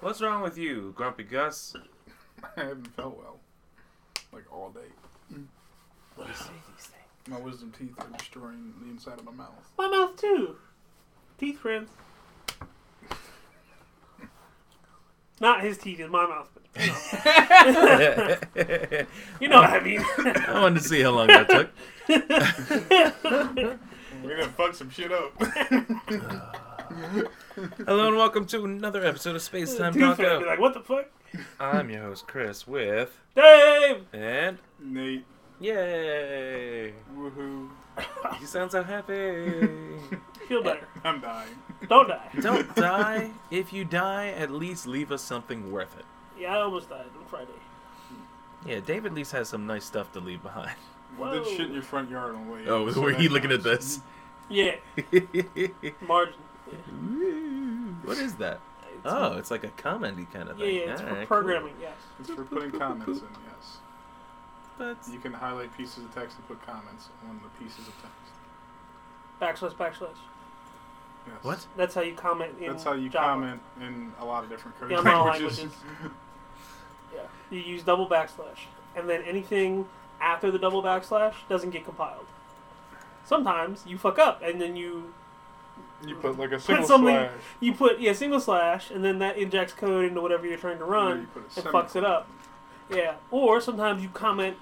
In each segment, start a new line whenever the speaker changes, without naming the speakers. What's wrong with you, Grumpy Gus?
I haven't felt well, like all day.
What is these things?
My wisdom teeth are destroying the inside of my mouth.
My mouth too. Teeth friends.
Not his teeth in my mouth, but you know,
I
you know what I mean.
wanted to see how long that took.
We're gonna fuck some shit up.
Hello and welcome to another episode of Space Time
Teeth friend, be
Taco.
like, what the fuck,
I'm your host Chris with
Dave?
and
Nate,
yay!
woohoo!
You sound so happy.
Feel better.
I'm dying.
Don't die.
Don't die. If you die, at least leave us something worth it.
Yeah, I almost died on Friday.
Yeah, Dave at least has some nice stuff to leave behind.
Well, did
Whoa.
shit in your front yard on the way.
Oh,
in, so
were
that
you looking at
counts.
this?
Yeah, margin. Yeah,
what is that?
It's-
Oh, it's like a comedy kind of
yeah,
thing.
yeah, it's for
Alright, cool.
programming. Yes.
It's for putting comments in. Yes,
That's-
you can highlight pieces of text and put comments on the pieces of text.
Backslash, backslash.
Yes.
What?
That's how you comment. In
That's how you
Java.
comment in a lot of different
Yeah,
coding
in all
languages.
languages. Yeah. You use double backslash, and then anything after the double backslash doesn't get compiled. Sometimes you fuck up, and then you
You put like a single
something-
slash.
you put yeah single slash, and then that injects code into whatever you're trying to
and you
run.
put a
it fucks it
semicolon.
up. Yeah. Or sometimes you comment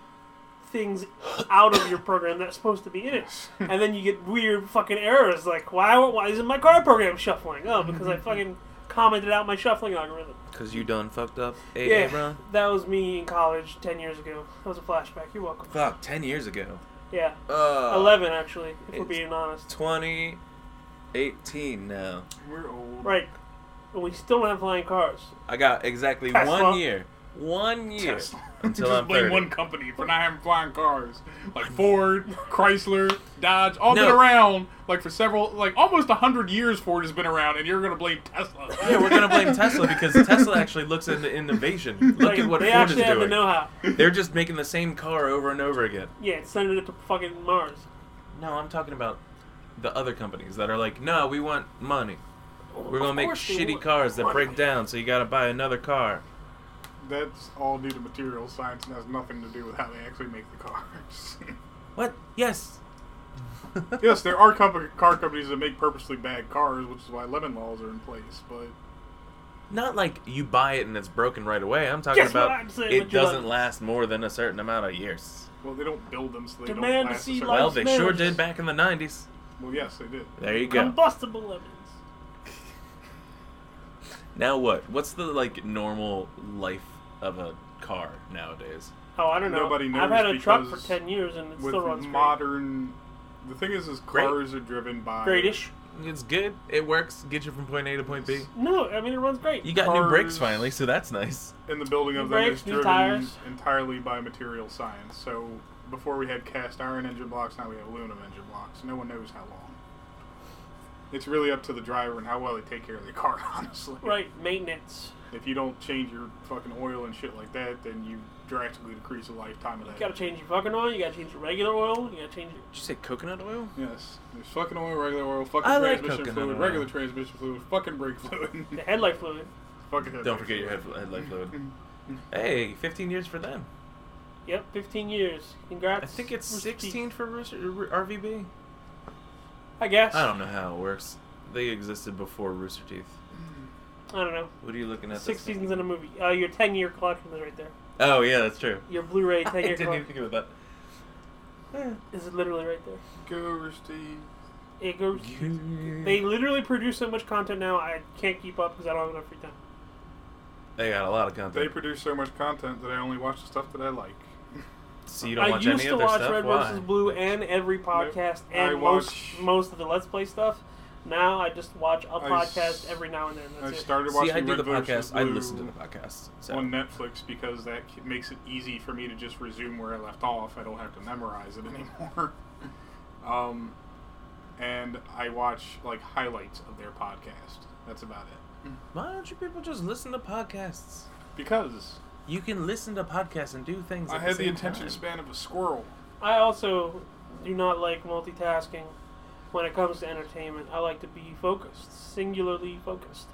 things out of your program that's supposed to be in it, and then you get weird fucking errors like why why isn't my card program shuffling? Oh, because I fucking commented out my shuffling algorithm.
Cause you done fucked up, AA
Yeah.
Ron?
That was me in college ten years ago. That was a flashback. You're welcome.
Fuck, ten years ago.
Yeah,
Uh,
eleven actually, if we're
it's-
being honest.
20, 18 now.
We're old.
Right, and we still don't have flying cars.
I got exactly
Tesla.
one year. One year
Tesla.
until
Just
I'm
blame
30.
one company for not having flying cars, like Ford, Chrysler, Dodge, all been
No.
around like for several, like almost hundred years. Ford has been around, and you're gonna blame Tesla.
Yeah, we're gonna blame Tesla because Tesla actually looks into innovation. Look
Like,
at what
they
Ford is
actually have the
doing.
know-how.
They're just making the same car over and over again.
Yeah, sending it to fucking Mars.
No, I'm talking about the other companies that are like, no, we want money. We're gonna
Of
make
course they
shitty
would.
cars that
Money.
break down, so you gotta buy another car.
That's all due to material science, and has nothing to do with how they actually make the cars.
What? Yes.
yes, there are compa- car companies that make purposely bad cars, which is why lemon laws are in place. But
Not like you buy it and it's broken right away. I'm talking
Guess what
about
I'm saying
it
with your
doesn't
lemons.
last more than a certain amount of years.
well, they don't build them, so they
Demand
don't
to
last. a
see
certain-
lights.
Well, they sure
lemons.
did back in the 90s.
well, yes, they did.
There you go.
Combustible lemons.
Now what? What's the like normal life of a car nowadays?
Oh, I don't know.
Nobody knows
I've had a truck for
because
ten years and it
With
still runs great.
modern, the thing is, is
Great.
cars are driven by
Greatish.
It's good. It works. Get you from point A to point B.
No, I mean it runs great.
You got new brakes
Cars.
finally, so that's nice.
in the building of
New
them
brakes,
is
new
driven
tires.
entirely by material science. So before we had cast iron engine blocks, now we have aluminum engine blocks. No one knows how long. It's really up to the driver and how well they take care of the car, honestly.
Right, maintenance.
If you don't change your fucking oil and shit like that, then you drastically decrease the lifetime of
You
that.
gotta change your fucking oil. You gotta change your regular oil. You gotta change your.
Did you say coconut oil?
Yes. There's fucking oil, regular oil, fucking
I like
transmission
coconut
fluid,
oil.
regular transmission fluid, fucking brake fluid.
The headlight fluid.
fucking head
Don't
brake
forget your head,
fluid.
headlight fluid. Hey, 15 years for them.
Yep, 15 years. Congrats.
I think it's
Rooster Teeth.
16 for Rooster- R- RVB.
I guess.
I don't know how it works. They existed before Rooster Teeth.
I don't know.
What are you looking at?
Six
this
seasons in a movie. Uh, your 10 year collection is right there.
Oh yeah, that's true.
Your Blu-ray
I
10 year
didn't even
collection
think about that.
is literally right there.
Go, Rusty.
It goes. They literally produce so much content now. I can't keep up because I don't have enough free time.
They got a lot of
They
content.
produce so much content that I only watch the stuff that I like.
so you don't
I
watch
used
any
to
other
watch
stuff.
Red
Why?
vs. Blue and every podcast
I
and most
watch-
most of the Let's Play stuff. Now I just watch a
I s-
podcast every now and then.
I
That's it.
started watching
See, I do
Red
the
versus
podcast. I
Blue
listen to the podcast. So.
on Netflix because that c- makes it easy for me to just resume where I left off. I don't have to memorize it anymore. um, and I watch like highlights of their podcast. That's about it.
Why don't you people just listen to podcasts?
Because
You can listen to podcasts and do things.
I
at
had the
same
attention
time.
span of a squirrel.
I also do not like multitasking when it comes to entertainment. I like to be focused, singularly focused.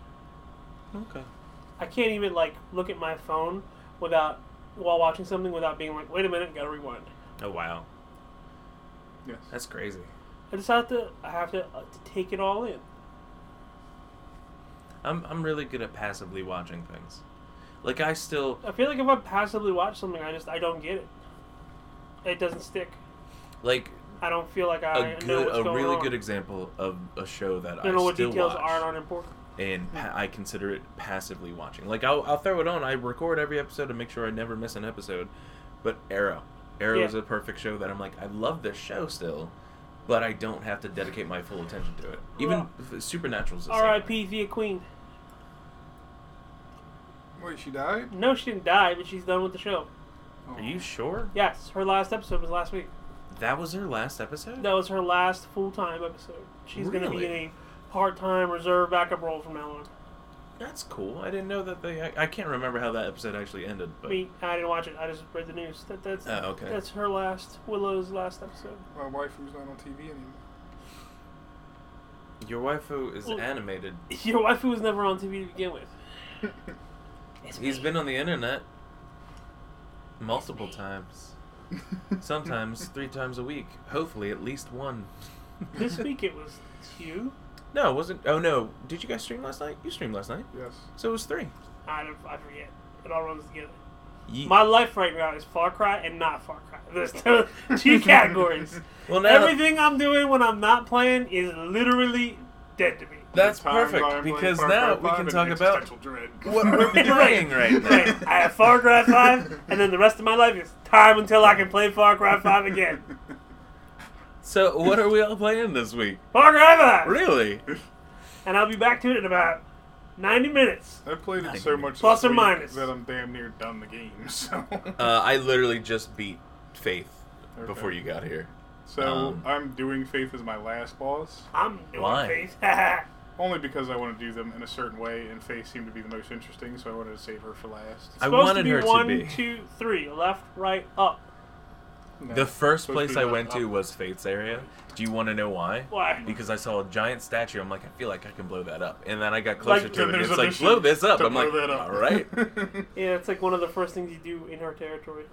Okay.
I can't even like look at my phone without while watching something without being like, wait a minute, gotta rewind.
Oh wow,
Yes.
that's crazy.
I just have to I have to, uh, to take it all in.
I'm I'm really good at passively watching things. Like I still
I feel like if I passively watch something, I just I don't get it. It doesn't stick.
like
I don't feel like I
a
know
good
what's
a
going
really
on.
good example of a show that
I
I
don't know what
still
details
watch
are and aren't important.
and pa- I consider it passively watching. Like I'll I'll throw it on. I record every episode to make sure I never miss an episode. But Arrow, Arrow
Yeah.
is a perfect show that I'm like I love this show still, but I don't have to dedicate my full attention to it. Even
Well,
Supernatural's Supernatural's the same way.
R.I.P. Thea Queen.
Wait, she died?
No, she didn't die, but she's done with the show.
Oh.
Are you sure?
Yes, her last episode was last week.
That was her last episode.
That was her last full time episode. She's going to be in
Really?
a part time reserve backup role from now on.
That's cool. I didn't know that they. I, I can't remember how that episode actually ended.
I
But
mean, I didn't watch it. I just read the news. That that's
Oh, okay.
that's her last Willow's last episode.
My wife who's not on TV anymore.
your waifu is
Well-
animated.
Your waifu was never on TV to begin with.
He's been on the internet multiple times. Sometimes three times a week. Hopefully, at least one.
This week it was two.
No, it wasn't. Oh no! Did you guys stream last night? You streamed last night,
Yes.
so it was three.
I don't, I forget. It all runs together.
Ye-
My life right now is Far Cry and not Far Cry. There's two, two categories.
well, now
Everything I'm doing when I'm not playing is literally dead to me.
that's
Times
perfect
I'm playing
because
Far
now
Cry
we
5
can
and
talk about
Existential dread.
what we're playing right now.
Right. I have Far Cry 5, and then the rest of my life is time until I can play Far Cry 5 again.
So, what are we all playing this week?
Far Cry 5!
Really?
And I'll be back to it in about 90 minutes.
I played it
Nice.
so much
Plus
this
or
week
minus.
that I'm damn near done the game. So,
Uh, I literally just beat Faith before
Okay.
you got here.
so
um,
I'm doing Faith as my last boss,
I'm doing
Why?
Faith. I
only because I want to do them in a certain way, and Faith seemed to be the most interesting, so I wanted to save her for last.
I
supposed
wanted
to be
her to
one,
be.
two, three. Left, right, up.
No.
The first
Supposed
place
be
I
my
went
top-
to was Faith's area. Do you want to know why?
Why?
Because I saw a giant statue. I'm like, I feel like I can blow that up. And then I got closer
Like,
to
Then
it. And
there's
it's
a
like,
mission
blow this up.
to
I'm
blow
like,
that up.
all right.
Yeah, it's like one of the first things you do in her territory.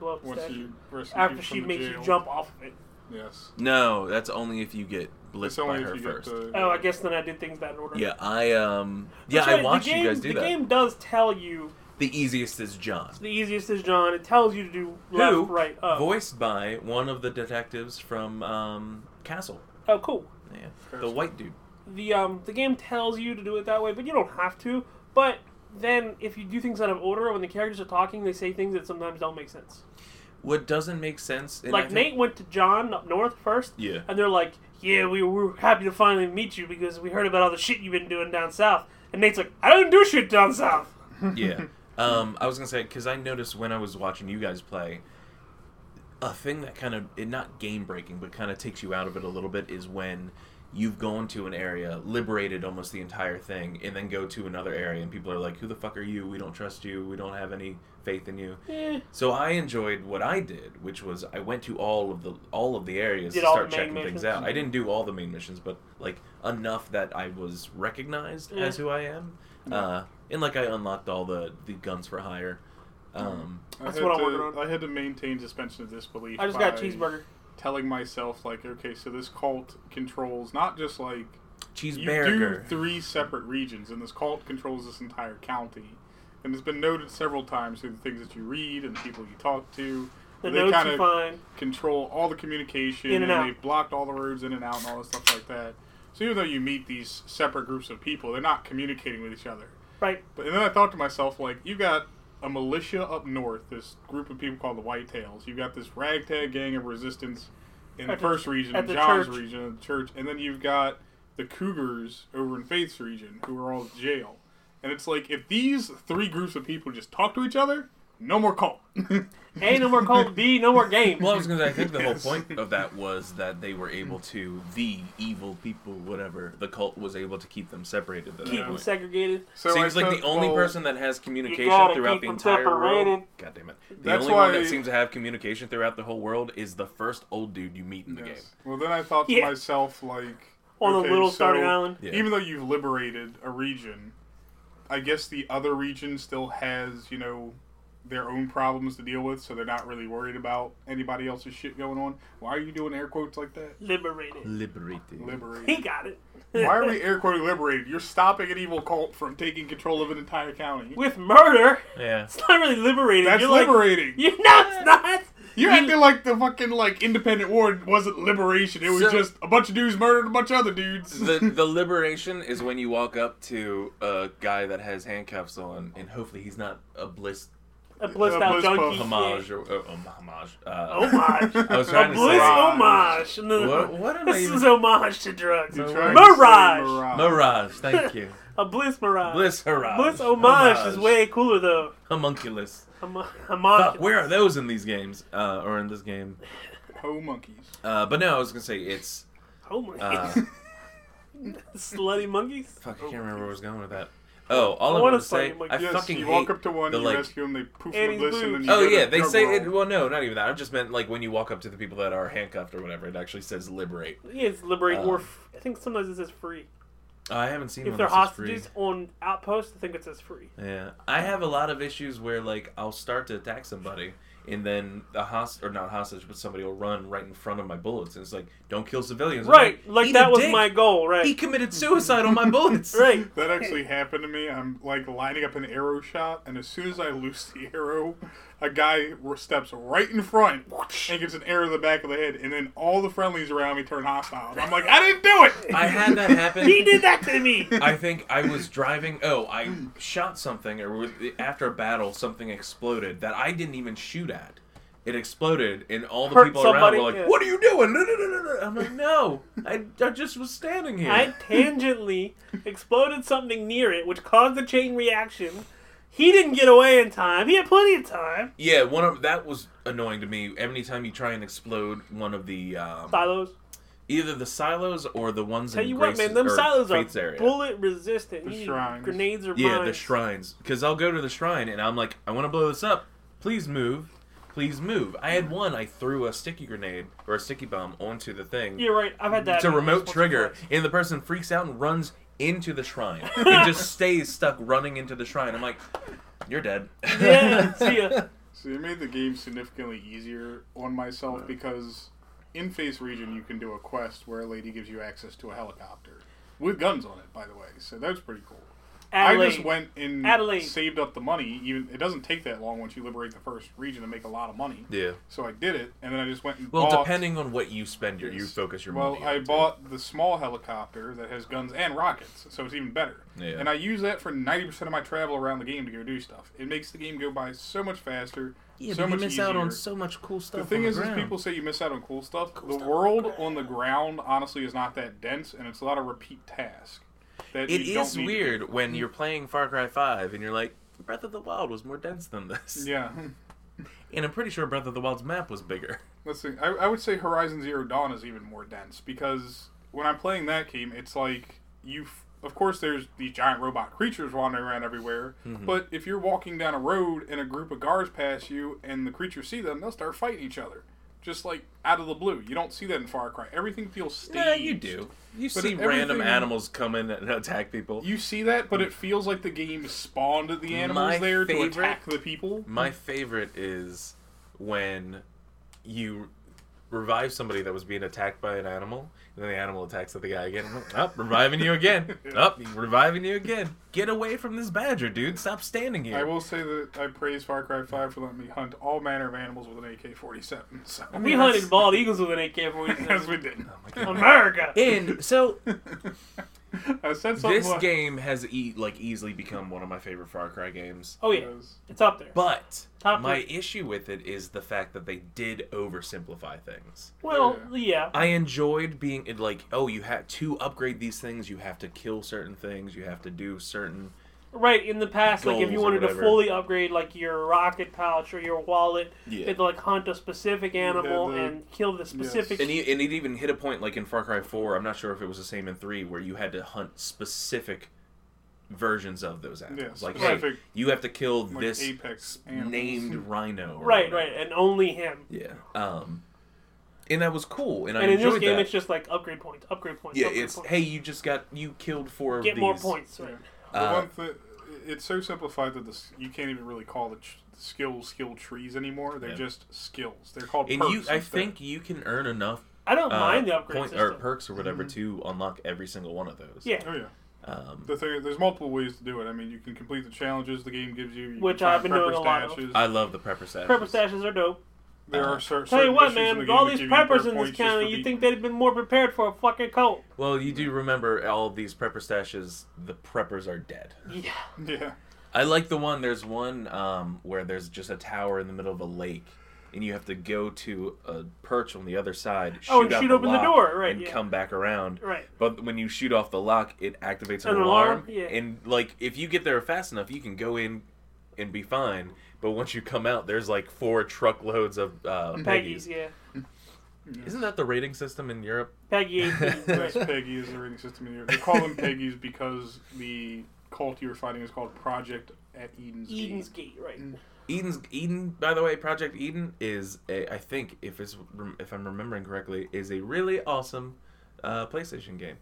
Blow up the
Once
statue.
you, once you
After
get from
she
the
makes you
jail.
jump off of it.
Yes.
No, that's only if you get
It's
blitzed by
only if
her
you
first.
get the.
Oh, I guess then I did things that in order.
Yeah, I um, yeah,
That's right,
I watched
the game,
you guys do
the
that.
game does tell you
The easiest is John,
the easiest is John. It tells you to do left,
who
right, up.
voiced by one of the detectives from um, Castle.
Oh, cool.
Yeah, the
Castle.
white dude.
The um the game tells you to do it that way, but you don't have to. But then if you do things out of order, when the characters are talking, they say things that sometimes don't make sense.
What doesn't make sense? and I
like
think-
Nate went to John up north first.
Yeah.
And they're like, "Yeah, we were happy to finally meet you because we heard about all the shit you've been doing down south." And Nate's like, "I don't do shit down south."
yeah. Um, I was gonna say because I noticed when I was watching you guys play, a thing that kind of it not game breaking, but kind of takes you out of it a little bit is when you've gone to an area, liberated almost the entire thing, and then go to another area, and people are like, "Who the fuck are you? We don't trust you. We don't have any faith in you."
Eh,
So I enjoyed what I did, which was I went to all of the all of the areas
Did
to
all
start
the main
checking things
missions?
out. I didn't do all the main missions, but like enough that I was recognized
Yeah.
as who I am, uh, and like I unlocked all the the guns for hire. Um,
That's
I had
what I'm
to-
working on.
I had to maintain suspension of disbelief.
I just
by
got a cheeseburger.
Telling myself like, okay, so this cult controls not just like you do
cheeseburger.
three separate regions, and this cult controls this entire county. And it's been noted several times through the things that you read and the people you talk to.
The
they
notes
kind
you
of
find.
control all the communication,
In and out.
they've blocked all the roads in and out and all this stuff like that. So even though you meet these separate groups of people, they're not communicating with each other.
Right.
But and then I thought to myself, like, you got a militia up north, this group of people called the Whitetails. You got this ragtag gang of resistance in the
At the-
first region,
at
in
the
John's
church.
region, in the church, and then you've got the Cougars over in Faith's region, who are all jail. And it's like if these three groups of people just talk to each other, no more cult.
A, no more cult. B, no more game.
Well, I was gonna. say, I think the whole point of that was that they were able to the evil people, whatever the cult was able to keep them separated. At
keep
that
them
point.
segregated.
So
seems
I
like
thought,
the only
well,
person that has communication
gotta
throughout
keep
the
them
entire world.
separated.
God damn it! The
That's
only one
why-
that seems to have communication throughout the whole world is the first old dude you meet in the game.
Yes. Well, then I thought to
Yeah.
myself, like,
On a
okay,
little
so
starting island.
Yeah.
Even though you've liberated a region, I I guess the other region still has, you know, their own problems to deal with, so they're not really worried about anybody else's shit going on. Why are you doing air quotes like that?
Liberated.
Liberated.
He
Liberated.
got it.
Why are we air quoting liberated? You're stopping an evil cult from taking control of an entire county.
With murder,
yeah.
it's not really liberated.
That's
You're like-
liberating.
you know it's not.
You're acting like the fucking like independent war wasn't liberation. It was
So-
just a bunch of dudes murdered a bunch of other dudes.
the the liberation is when you walk up to a guy that has handcuffs on, and hopefully he's not a bliss
A blissed
A
out
bliss
junkie.
homage or uh, um, homage. Uh,
Homage.
I was
A
trying to
bliss
say
homage. No,
what? What am I
This
even?
is homage to drugs.
You
No.
tried to say
Mirage.
Mirage. Thank you.
A bliss mirage.
Bliss Mirage.
Bliss homage is way cooler though.
homunculus.
Homo-
Fuck,
Homage.
where are those in these games uh, or in this game?
Ho monkeys.
Uh, but no, I was gonna say it's.
Homage.
Uh,
Oh Slutty monkeys.
fuck, I can't remember where I was going with that. Oh, all
I
I,
wanna
want to
say
say,
my-
I
Yes,
fucking
you
hate
walk up to one,
the,
you
like-
rescue him, they poof
And
and
he's
bliss, and then
boobs.
you
Oh
go to
yeah,
the
they
drug
say
world.
it. Well, no, not even that. I just meant like when you walk up to the people that are handcuffed or whatever, it actually says liberate.
Yeah, it's liberate or
Um,
f- I think sometimes it says free.
Oh, I haven't seen
If
one
they're
that says free.
hostages on outposts, I think it says free.
Yeah, I have a lot of issues where like I'll start to attack somebody, and then the host or not hostage, but somebody will run right in front of my bullets, and it's like, don't kill civilians. I'm
Right, like
"Eat
that
a
was
dick.
my goal. Right,
He committed suicide on my bullets.
right.
That actually happened to me. I'm like lining up an arrow shot, and as soon as I loose the arrow, a guy steps right in front and gets an arrow to the back of the head, and then all the friendlies around me turn hostile. And I'm like, I didn't do it.
I had that happen.
He did that to me.
I think I was driving. Oh, I shot something, or with- after a battle, something exploded that I didn't even shoot at. It exploded, and all the
Hurt
people around
somebody,
were like,
yeah.
"What are you doing?" No, no, no, no, no. I'm like, "No, I, I just was standing here."
I tangentially exploded something near it, which caused a chain reaction. He didn't get away in time. He had plenty of time.
Yeah, one of that was annoying to me. Anytime you try and explode one of the um,
Silos.
either the silos or the ones
Tell
in
you
Grace's,
what, man, them
or
silos are
Fate's area.
bullet resistant. You need
shrines.
Grenades or
yeah,
mines.
the shrines. Because I'll go to the shrine and I'm like, I want to blow this up. Please move. Please move. I had one. I threw a sticky grenade or a sticky bomb onto the thing.
You're right. I've had that.
It's a remote
once or
trigger,
twice.
and the person freaks out and runs into the shrine and just stays stuck running into the shrine. I'm like, you're dead.
Yeah, see ya.
So it made the game significantly easier on myself because in Face Region you can do a quest where a lady gives you access to a helicopter with guns on it, by the way. So that's pretty cool. I just
Adelaide.
went and
Adelaide.
saved up the money. Even it doesn't take that long once you liberate the first region to make a lot of money.
Yeah.
So I did it, and then I just went and
Well,
bought.
depending on what you spend your, you focus your
well,
money.
I
on, too.
bought the small helicopter that has guns and rockets, so it's even better.
Yeah.
And I use that for ninety percent of my travel around the game to go do stuff. It makes the game go by so much faster,
Yeah,
so
but
much
you miss
easier.
out on so much cool stuff.
the thing
on
is,
the
is
ground.
people say you miss out on cool stuff. the world on the ground, honestly, is not that dense, and it's a lot of repeat tasks. That
It
you don't
is
need to do.
weird when you're playing Far Cry 5 and you're like, Breath of the Wild was more dense than this.
Yeah.
And I'm pretty sure Breath of the Wild's map was bigger.
Let's see. I, I would say Horizon Zero Dawn is even more dense because when I'm playing that game, it's like you. f- Of course, there's these giant robot creatures wandering around everywhere.
Mm-hmm.
But if you're walking down a road and a group of guards pass you and the creatures see them, they'll start fighting each other, just like out of the blue. You don't see that in Far Cry. Everything feels staged.
Yeah, you do. You
But
see
if
random
everything-
animals come in and attack people.
You see that, but it feels like the game spawned the animals
My
there
favorite-
to attack the people.
My favorite is when you revive somebody that was being attacked by an animal, and then the animal attacks the guy again. I'm like, up, reviving you again. Up, reviving you again. Get away from this badger, dude. Stop standing here.
I will say that I praise Far Cry 5 for letting me hunt all manner of animals with an AK-47. So.
We hunted bald eagles with an AK-47.
Yes, we did.
Oh my God.
America.
And so
I said something
this
like-
game has e- like easily become one of my favorite Far Cry games.
oh yeah, it's up there.
But
Top
my
three.
issue with it is the fact that they did oversimplify things.
well, yeah.
I enjoyed being it like, oh, you have to upgrade these things, you have to kill certain things, you have to do certain.
Right in the past, like if you
Goals or
wanted to
whatever.
fully upgrade like your rocket pouch or your wallet,
Yeah.
you had to like hunt a specific animal
the-
and kill the specific.
And, he, and it even hit a point like in Far Cry 4, I'm not sure if it was the same in 3, where you had to hunt specific versions of those animals. like, hey,
specific-
you have to kill
like
this
apex animals.
named rhino. or
Right,
whatever.
right, and only him.
Yeah. Um, and that was cool, and, I
and in
enjoyed
this game,
that.
it's just like upgrade points, upgrade points.
yeah,
upgrade
it's
points.
hey, you just got you killed four of
get
these.
more points. Right.
The
Uh,
one thing it's so simplified that this you can't even really call the ch- skill skill trees anymore. They're
Yeah.
just skills. They're called.
And
perks
you, I
instead.
think you can earn enough
I don't
uh,
mind the upgrade
point- or
system. Mm-hmm.
perks or whatever to unlock every single one of those.
yeah,
Oh yeah.
Um,
The thing, there's multiple ways to do it. I mean, you can complete the challenges the game gives you. you
Which
can find
I've been doing
prepper
a lot of.
stashes.
I love the prepper stashes.
prepper stashes are dope.
There are cer- certain.
Tell you what,
missions in
man,
the
with
game
all
that
these
give you perk
preppers in
points
this
just
county,
for
you
beat-
think they'd have been more prepared for a fucking cult.
Well, you do remember all of these prepper stashes. The preppers are dead.
Yeah.
Yeah.
I like the one. There's one um, where there's just a tower in the middle of a lake, and you have to go to a perch on the other side.
Oh, and
out
shoot open the
lock,
door, right,
And
yeah.
come back around.
Right.
But when you shoot off the lock, it activates an,
An
alarm.
alarm, yeah.
And like, if you get there fast enough, you can go in and be fine. But once you come out, there's like four truckloads of uh, Peggy's.
Peggy's, yeah.
Isn't that the rating system in Europe?
Peggy 18.
Yes,
right.
Peggy is the rating system in Europe. They call them Peggy's because the cult you're fighting is called Project at Eden's Gate.
Eden's Gate, right.
Eden's Eden, by the way, Project Eden is a, I think if it's rem- if I'm remembering correctly, is a really awesome uh, PlayStation game.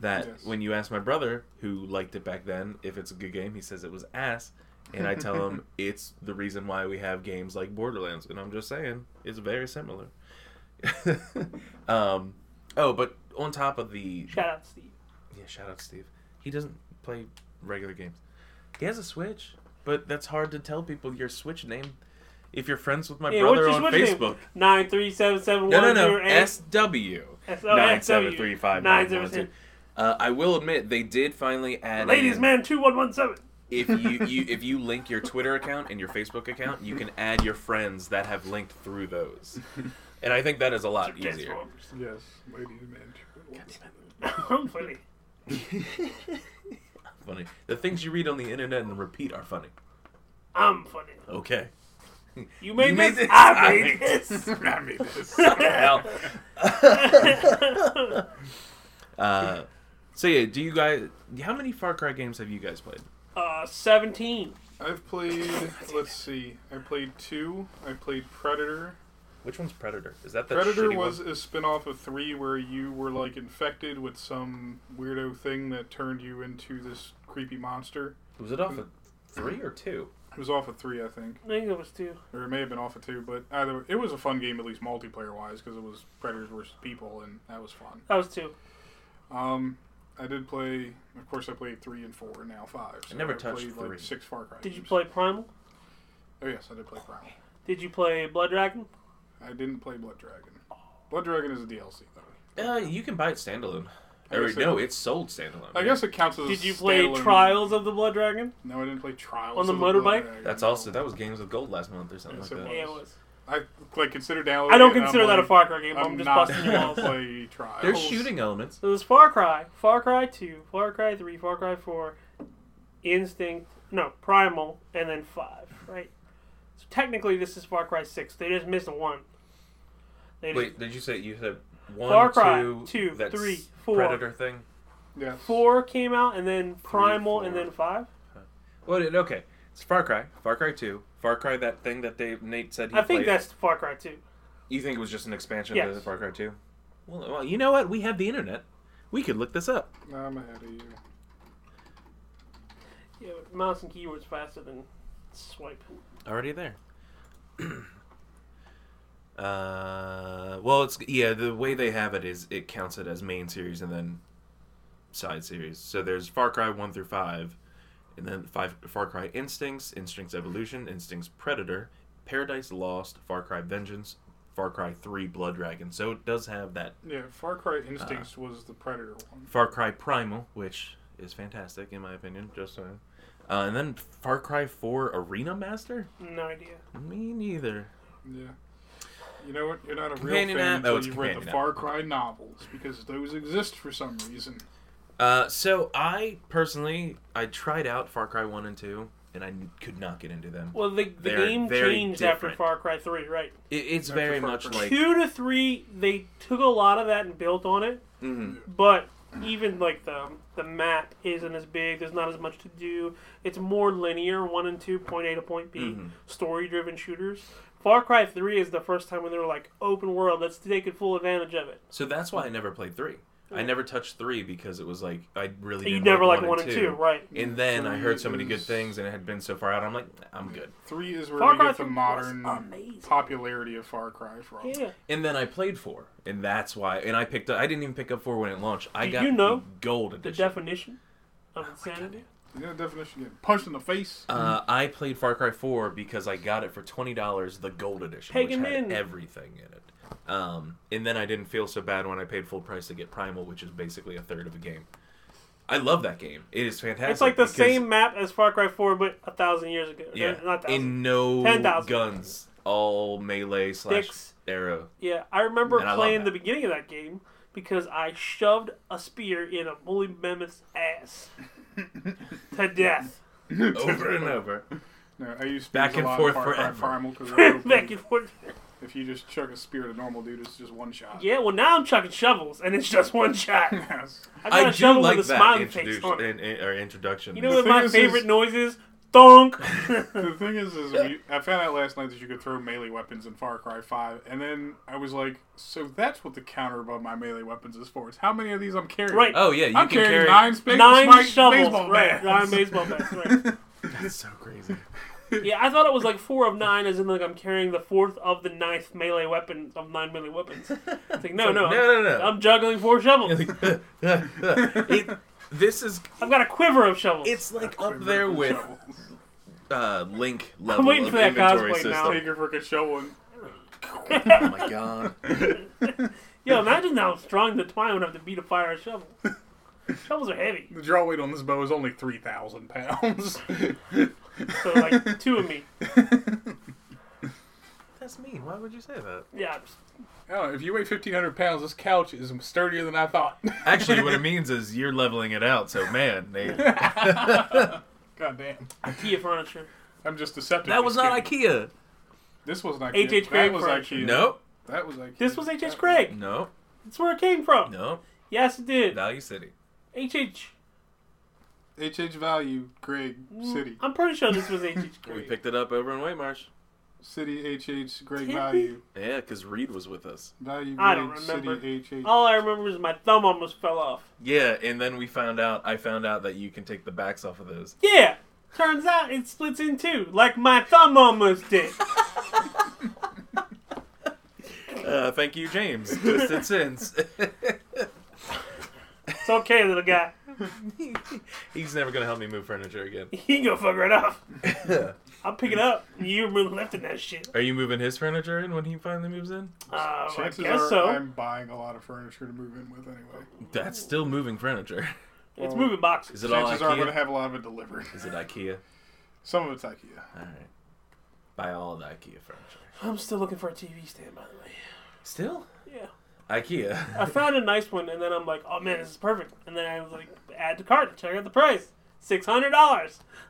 That
Yes.
when you ask my brother, who liked it back then, if it's a good game, he says it was ass, and I tell him it's the reason why we have games like Borderlands, and I'm just saying it's very similar. um, oh, but on top of the
Shout out Steve.
yeah, shout out Steve. He doesn't play regular games. He has a Switch, but that's hard to tell people your Switch name if you're friends with my
Hey, what's
brother
your
on
Switch
Facebook.
name? 9377108.
No, no, no. SW.
SW.
9735912.
973.
Uh, I will admit they did finally add.
Ladies
in-
Man 2117.
If you, you if you link your Twitter account and your Facebook account, you can add your friends that have linked through those, and I think that is a lot Uh, easier.
Transformers.
Yes, ladies and men.
I'm funny.
Funny. The things you read on the internet and repeat are funny.
I'm funny.
Okay.
You made,
made
this,
this,
I
I made
made, this.
I made this.
Now- Uh, so yeah, do you guys? How many Far Cry games have you guys played?
uh, 17.
I've played. Let's see. I played two. I played Predator.
Which one's Predator? Is that the
Predator
shitty
was
one?
a spin-off of three where you were like infected with some weirdo thing that turned you into this creepy monster.
Was it off of three or two?
It was off of three, I think,
I think it was two.
or it may have been off of two, but either it was a fun game at least multiplayer-wise because it was predators versus people, and that was fun.
That was two.
Um, I did play. Of course, I played three and four, and now five. So
never
I
touched
played,
three.
Like six Far Cry.
Did you
games.
play Primal?
Oh yes, I did play Primal.
Did you play Blood Dragon?
I didn't play Blood Dragon.
Oh.
Blood Dragon is a DLC though.
Uh, you can buy it standalone.
I
Or,
guess it-
no, it's sold standalone.
I guess it counts as.
Did
a
you play
standalone-
Trials of the Blood Dragon?
No, I didn't play Trials
On the
of
motorbike?
Blood Dragon.
that's also that was Games with Gold last month or something
Yes,
like
it
that.
Yeah, it was.
I like consider downloading.
I don't
it, and
consider
I'm
that a
like,
Far Cry game.
I'm,
I'm, just
not
busting your
gonna
balls.
play Trials.
There's shooting elements.
So there's Far Cry, Far Cry 2, Far Cry 3, Far Cry 4, Instinct, no, Primal, and then 5, right? So technically this is Far Cry 6. They just missed a 1. They just,
Wait, did you say you said one,
Far Cry,
two,
two,
that
three,
s-
four.
Predator thing?
Yes.
4 came out, and then Primal, and
four.
then 5?
Well, it- okay, it's Far Cry, Far Cry Two, Far Cry that thing that Dave Nate said he
I think
played.
that's Far Cry 2.
You think it was just an expansion
Yes.
to Far Cry Two? Well, well, you know what? We have the internet. We could look this up.
No, I'm ahead of you.
Yeah, but mouse and keyboard's faster than swipe.
Already there. uh, well, it's yeah. The way they have it is it counts it as main series and then side series. So there's Far Cry one through five, and then five Far Cry Instincts, Instincts Evolution, Instincts Predator, Paradise Lost, Far Cry Vengeance, Far Cry Three Blood Dragon. So it does have that
Yeah, Far Cry
Ah.
Instincts was the Predator one.
Far Cry Primal, which is fantastic in my opinion. Just so. Uh, and then Far Cry 4 Arena Master?
No idea.
Me neither.
Yeah. You know what? You're not a
Companion
real fan
app? Oh,
until
it's
you've read the
companion app.
Far Cry novels because those exist for some reason.
Uh, so I personally, I tried out Far Cry One and Two, and I n- could not get into them.
Well, the, the
They're
game
very
changed after
different.
Far Cry 3, right?
It, it's
I
very
prefer
much
Far
like
two to three, they took a lot of that and built on it.
Mhm.
But even like the the map isn't as big. There's not as much to do. It's more linear. One and two, point A to point B,
Mm-hmm.
story driven shooters. Far Cry Three is the first time when they were like open world. Let's take full advantage of it.
so that's why I never played three I never touched three because it was like I really
you
did
never
like
like one and two, right?
And then I heard so many good things, and it had been so far out. I'm like, I'm good.
Three is where
Far
we
Cry
get the
3 was
modern
amazing.
popularity of Far Cry from.
Yeah.
And then I played four, and that's why. And I picked up. I didn't even pick up four when it launched. I
Do
got
you know
the gold
The
edition.
definition of
Oh
insanity.
You know the definition? Getting punched in the face.
uh, I played Far Cry four because I got it for twenty dollars, the gold edition,
Pagan
which had
in.
everything in it. Um, and then I didn't feel so bad when I paid full price to get Primal, which is basically a third of a game. I love that game. It is fantastic.
It's like the
because-
same map as Far Cry 4, but a thousand years ago.
Yeah,
not thousand.
in no
10,000.
guns, all melee slash
Dicks.
arrow.
Yeah, I remember
And I love
playing the
that.
beginning of that game because I shoved a spear in a woolly mammoth's ass to death.
over and over.
No, I use
Back
spears
and
a lot
forth
in Far Cry
forever.
Primal 'cause they're real
Back
big.
and forth.
If you just chuck a spear at a normal dude, it's just one shot.
Yeah, well now I'm chucking shovels and it's just one shot. I
Yes.
got
I
a
do
shovel
like
with a
that
smiling face
introduction
on
in,
it.
in- or introduction.
You know
The
what
thing
my
is-
favorite
is-
noise is? Thunk.
The thing is, is we, I found out last night that you could throw melee weapons in Far Cry 5, and then I was like, so that's what the counter above my melee weapons is for. Is how many of these I'm carrying?
Right.
oh yeah, you
I'm
can
carrying
carry.
nine, spe-
Nine
spike-
shovels.
baseball
Right.
bats.
Nine baseball bats. Right.
That's so crazy.
yeah, I thought it was like four of nine, as in like I'm carrying the fourth of the ninth melee weapon of nine melee weapons. It's like no, no,
No, no, no.
I'm juggling four shovels.
Like, uh, uh, uh. It- this is
I've got a quiver of shovels.
it's like up there with
Shovels.
uh, Link level
waiting
of
for that
inventory
cosplay
system.
now.
Take your freaking shovel and
Oh my god!
Yo, imagine how strong the twine would have to be to fire a shovel. Shovels are heavy,
The draw weight on this bow is only 3,000 pounds.
so like two of me.
That's mean. Why would you say that?
Yeah, just-
oh, if you weigh 1,500 pounds, this couch is sturdier than I thought.
Actually, what it means is you're leveling it out. So man, they,
God damn.
IKEA furniture.
I'm just deceptive.
that was not IKEA.
This was not
H.H.
That
Craig
was
furniture.
IKEA.
Nope.
That was IKEA.
This was H.H.
That-
Craig.
No,
That's where it came from.
no,
Yes, it did.
Value City.
H.H.
H.H. Value, Greg,
Mm.
City.
I'm pretty sure this was H.H.
We
Craig.
picked it up over in Waymarsh.
City, H.H. Greg,
Did we?
Value.
Yeah, because Reed was with us.
Value,
I don't
Greg,
remember.
City, H.H.
All I remember is my thumb almost fell off.
Yeah, and then we found out. I found out that you can take the backs off of those.
Yeah, turns out it splits in two, like my thumb almost did.
Uh, thank you, James. Twisted Sins.
It's okay, little guy.
He's never gonna help me move furniture again.
He gonna fuck right off. I'll pick it up. You were left in that shit.
Are you moving his furniture in when he finally moves in?
Uh, I
Chances
guess
are
so.
I'm buying a lot of furniture to move in with anyway.
That's still moving furniture.
It's moving boxes.
Is it
Chances
all
are I'm
IKEA?
going to have a lot of it delivered.
Is it IKEA?
Some of it's IKEA.
All right. Buy all the IKEA furniture.
I'm still looking for a TV stand, by the way.
Still
Yeah.
IKEA.
I found a nice one, and then I'm like, oh man, this is perfect. And then I was like, add to cart, check out the price. $600.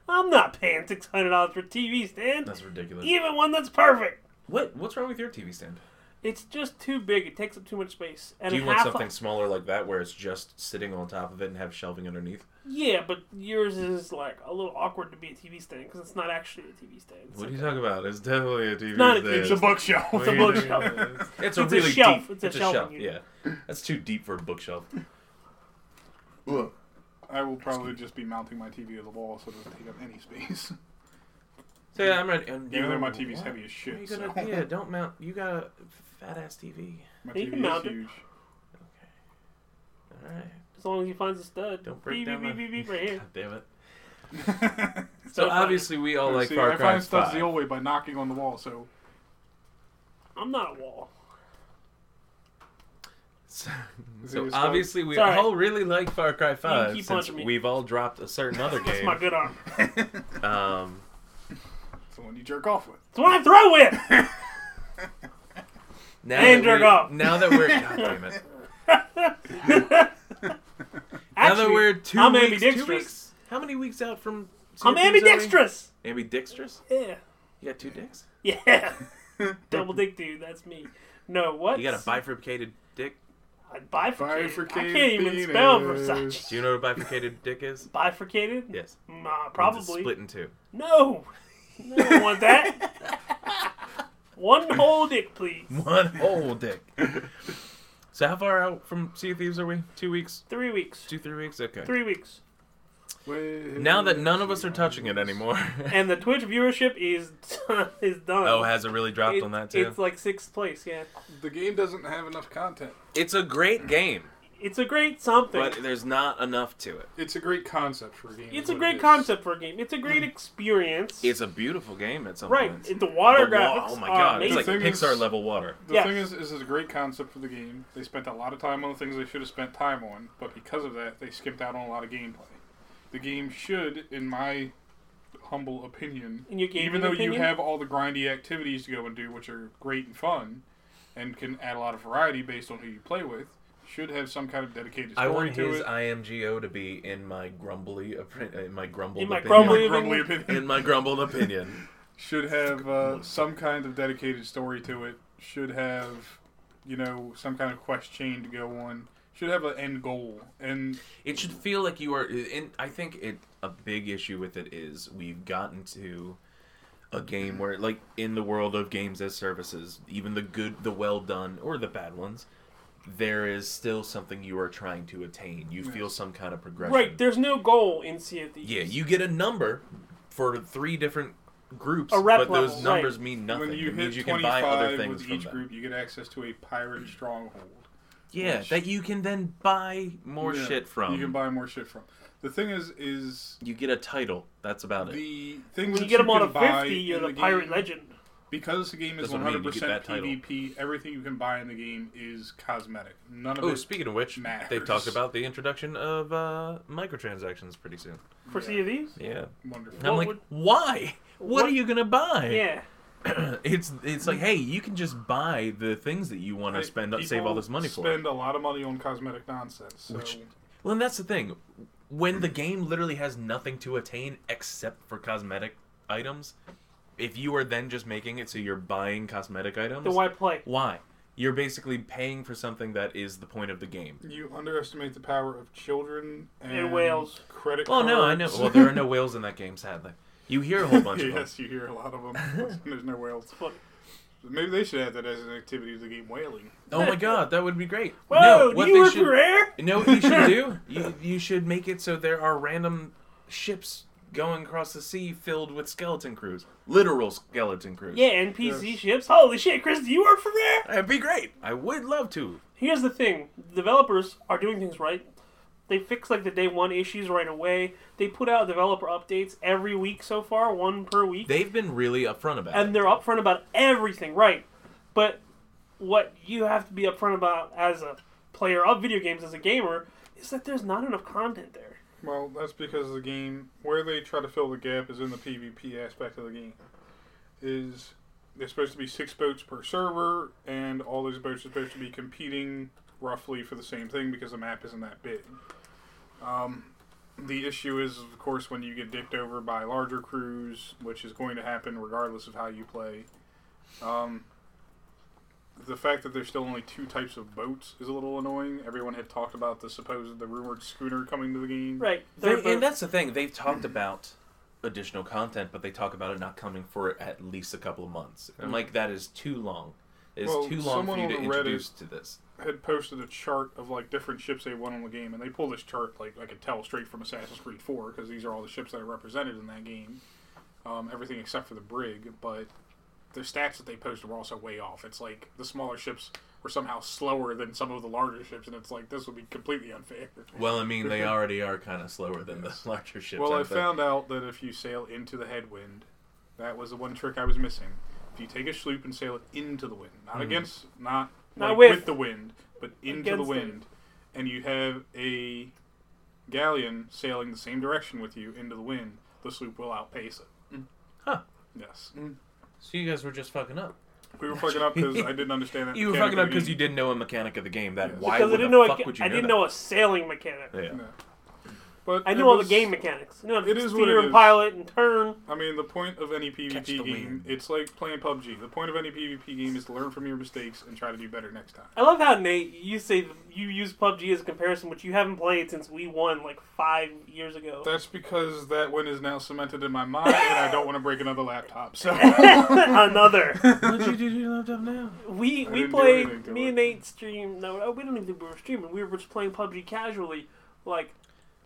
I'm not paying $600 for a TV stand,
That's ridiculous.
even one that's perfect.
What What's wrong with your TV stand? it's
It's just too big. It takes up too much space. And
Do you want
half
something smaller like that, where it's just sitting on top of it and have shelving underneath?
yeah, but yours is like a little awkward to be a TV stand because it's not actually a TV stand. It's
What are
like-
you talking about? It's definitely a TV
not a-
stand.
It's a bookshelf.
What
a
are you
bookshelf.
doing? It's,
It's
a
a
really
shelf.
deep.
It's a shelf
Yeah,
unit.
that's too deep for a bookshelf.
I will probably just be mounting my TV to the wall so it doesn't take up any space.
So yeah, I'm ready. And
Even though my
no,
TV's
what?
heavy as shit.
What are you
so.
gonna- yeah, don't mount. You got a fat ass TV.
My
You can
TV is
mount it.
huge.
All right.
as long as he finds a stud.
Don't break
beep,
down
beep,
my-
beep, beep, right here.
God damn it. So,
So funny.
obviously we all like
See,
Far
I
Cry
find stuff
5.
the old way by knocking on the wall, so
I'm not a wall.
so
it
so
was fun?
obviously we
It's all right.
all really like Far Cry 5
keep
since
punching me.
we've all dropped a certain other
That's my
game.
good
Um,
arm.
it's the one you jerk off with.
That's what I throw with.
now
And
that
jerk
we-
off.
Now that we're God damn it. now
Actually,
that we're 2
I'm
weeks, two
ambidextrous.
weeks- How many weeks out from
I'm
Syracuse already?
ambidextrous.
Ambidextrous?
Yeah.
You got two dicks?
Yeah. Double dick dude, that's me. No, what?
You got a bifurcated dick?
I bifurcated. I
Bifurcated
can't even spell
penis.
Versace.
Do you know what a bifurcated dick is?
Bifurcated?
Yes.
Nah,
It's
probably.
split in two.
No. No, I don't want that. One whole dick, please.
One whole dick. So how far out from Sea of Thieves are we? Two weeks?
Three weeks.
Two, three weeks? Okay.
Three weeks.
Now that none of us are touching it anymore.
And the Twitch viewership is is done.
oh, has it really dropped
It-
on that too?
It's like sixth place, yeah.
the game doesn't have enough content.
It's a great game,
It's a great something.
but there's not enough to it.
It's a great concept for a game. is
it's a
what it
great
is.
concept for a game. It's a great experience.
Hmm. It's a beautiful game at some
right.
points.
It- the water
The wa-
graphics
oh my
are
god, it's
amazing.
like
The thing is-
Pixar level water.
The
Yes.
thing is, is it's a great concept for the game. They spent a lot of time on the things they should have spent time on, but because of that, they skipped out on a lot of gameplay. The game should, in my humble opinion,
In your gaming
even though you
opinion?
have all the grindy activities to go and do, which are great and fun, and can add a lot of variety based on who you play with, should have some kind of dedicated
I
story
want
to
his
it.
IMGO to be in my grumbly, oppri- in my grumbled
In my
opinion.
grumbly-
Grumbly opinion.
in my grumbled opinion.
should have uh, some kind of dedicated story to it. Should have, you know, some kind of quest chain to go on. Should have an end goal. And
It should feel like you are. And I think it a big issue with it is we've gotten to a game where, like in the world of games as services, even the good, the well done, or the bad ones, there is still something you are trying to attain. You feel some kind of progression.
Right, there's no goal in Sea of Thieves.
Yeah, you get a number for three different groups,
A rep
but those
level,
numbers
right.
mean nothing.
when you
it means
hit
you can buy other
25
things
with
from
each
them.
group, you get access to a pirate stronghold.
Yeah,
which-
that you can then buy more
Yeah,
shit from.
You can buy more shit from. The thing is, is
You get a title. That's about it.
the thing
When
that
you get them on
can
a
buy
50, you're
in
the
game-
pirate legend.
Because the game is
Doesn't mean you get
100%
that title.
PvP, everything you can buy in the game is cosmetic. None of
Oh,
it
speaking of which, they've
matters.
talked about the introduction of uh, microtransactions pretty soon.
For Sea of Thieves?
Yeah.
wonderful.
I'm like,
would-
why? What, are
What-
you gonna buy?
Yeah.
it's it's like, hey, you can just buy the things that you want to spend, uh, save all this money
spend
for.
Spend a lot of money on cosmetic nonsense. So
Which- Well, and that's the thing. When the game literally has nothing to attain except for cosmetic items, if you are then just making it so you're buying cosmetic items,
Then why play?
why? You're basically paying for something that is the point of the game.
you underestimate the power of children and,
And whales.
Credit.
Oh no, I know.
cards.
Well, there are no whales in that game, sadly. You hear a whole bunch of them.
yes, you hear a lot of them. There's no whales.
Fuck.
Maybe they should add that as an activity of the game whaling.
Oh my god, that would be great.
Whoa,
no,
do
what
you
they
work
should,
for air?
you know what you should do? You, you should make it so there are random ships going across the sea filled with skeleton crews, literal skeleton crews.
Yeah, NPC
Yes.
ships. Holy shit, Chris, do you work for rare?
that'd be great. I would love to.
Here's the thing: developers are doing things right. They fix like the day one issues right away. They put out developer updates every week so far, one per week,
They've been really upfront about it.
and they're upfront about everything, right? But what you have to be upfront about as a player of video games, as a gamer, is that there's not enough content there.
Well, that's because the game where they try to fill the gap is in the PvP aspect of the game. Is there's supposed to be six boats per server, and all those boats are supposed to be competing roughly for the same thing because the map isn't that big. Um, the issue is, of course, when you get dicked over by larger crews, which is going to happen regardless of how you play. Um, the fact that there's still only two types of boats is a little annoying. Everyone had talked about the supposed, the rumored schooner coming to the game.
Right.
They-
They're both-
and that's the thing. They've talked about additional content, but they talk about it not coming for at least a couple of months.
Mm.
I'm like, that is too long. It's
Well,
too long for
someone
you
on
to
the Reddit-
introduce to this.
had posted a chart of like different ships they won on the game, and they pulled this chart like I could tell straight from Assassin's Creed 4 because these are all the ships that are represented in that game, um, everything except for the brig. But the stats that they posted were also way off. It's like the smaller ships were somehow slower than some of the larger ships, and it's like this would be completely unfair.
Well, I mean, they already are kind of slower than the larger ships.
Well, I
aren't they?
found out that if you sail into the headwind, that was the one trick I was missing. If you take a sloop and sail it into the wind, not against, not,
Not
like,
with.
the wind, but into the
Against it.
wind, and you have a galleon sailing the same direction with you into the wind, the sloop will outpace it.
Huh.
Yes.
So you guys were just fucking up.
We were fucking up because I didn't understand that.
You were
mechanic
fucking
of
up
the
because you
game.
didn't know a mechanic of the game. That
Yes.
why
because I
would
didn't
the
know.
fuck
A,
would you
I
know
didn't
that?
know a sailing mechanic.
Yeah.
No. But
I
it
knew all the
was-
game mechanics. I knew how to
it
fix
is what it
steer and
is.
pilot and turn.
I mean, the point of any
Catch the
PvP game,
wind.
it's like playing PUBG. The point of any PvP game is to learn from your mistakes and try to do better next time.
I love how Nate you say you use PUBG as a comparison, which you haven't played since we won like five years ago.
That's because that win is now cemented in my mind, and I don't want to break another laptop. So
Another.
what did you do to your laptop now?
We
I didn't do
we
anything
played
to
me
it.
and Nate streamed. No, uh, we don't even think we were streaming. We were just playing PUBG casually. Like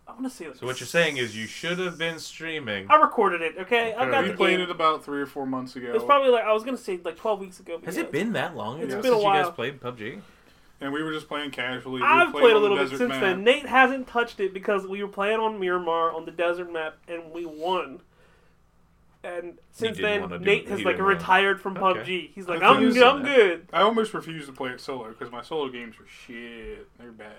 I want to say. Like,
So what you're saying is you should have been streaming.
I recorded it. Okay, I've
Okay.
got
we
the
played
game.
it about three or four months ago,
It was probably like I was gonna say like twelve weeks ago. but
Has
yeah.
it been that long
It's
ago
been
since
a
you
while.
guys played PUBG?
and we were just playing casually. We
I've played
on
a
the
little bit
desert
since
map.
then. Nate hasn't touched it because we were playing on Miramar on the desert map and we won. And since
didn't
then,
wanna do-
Nate
he
has like
didn't wanna-
retired from
Okay.
PUBG. He's like,
I
I'm,
think
you
I'm
said that.
good.
I almost refuse to play it solo because my solo games are shit. They're bad.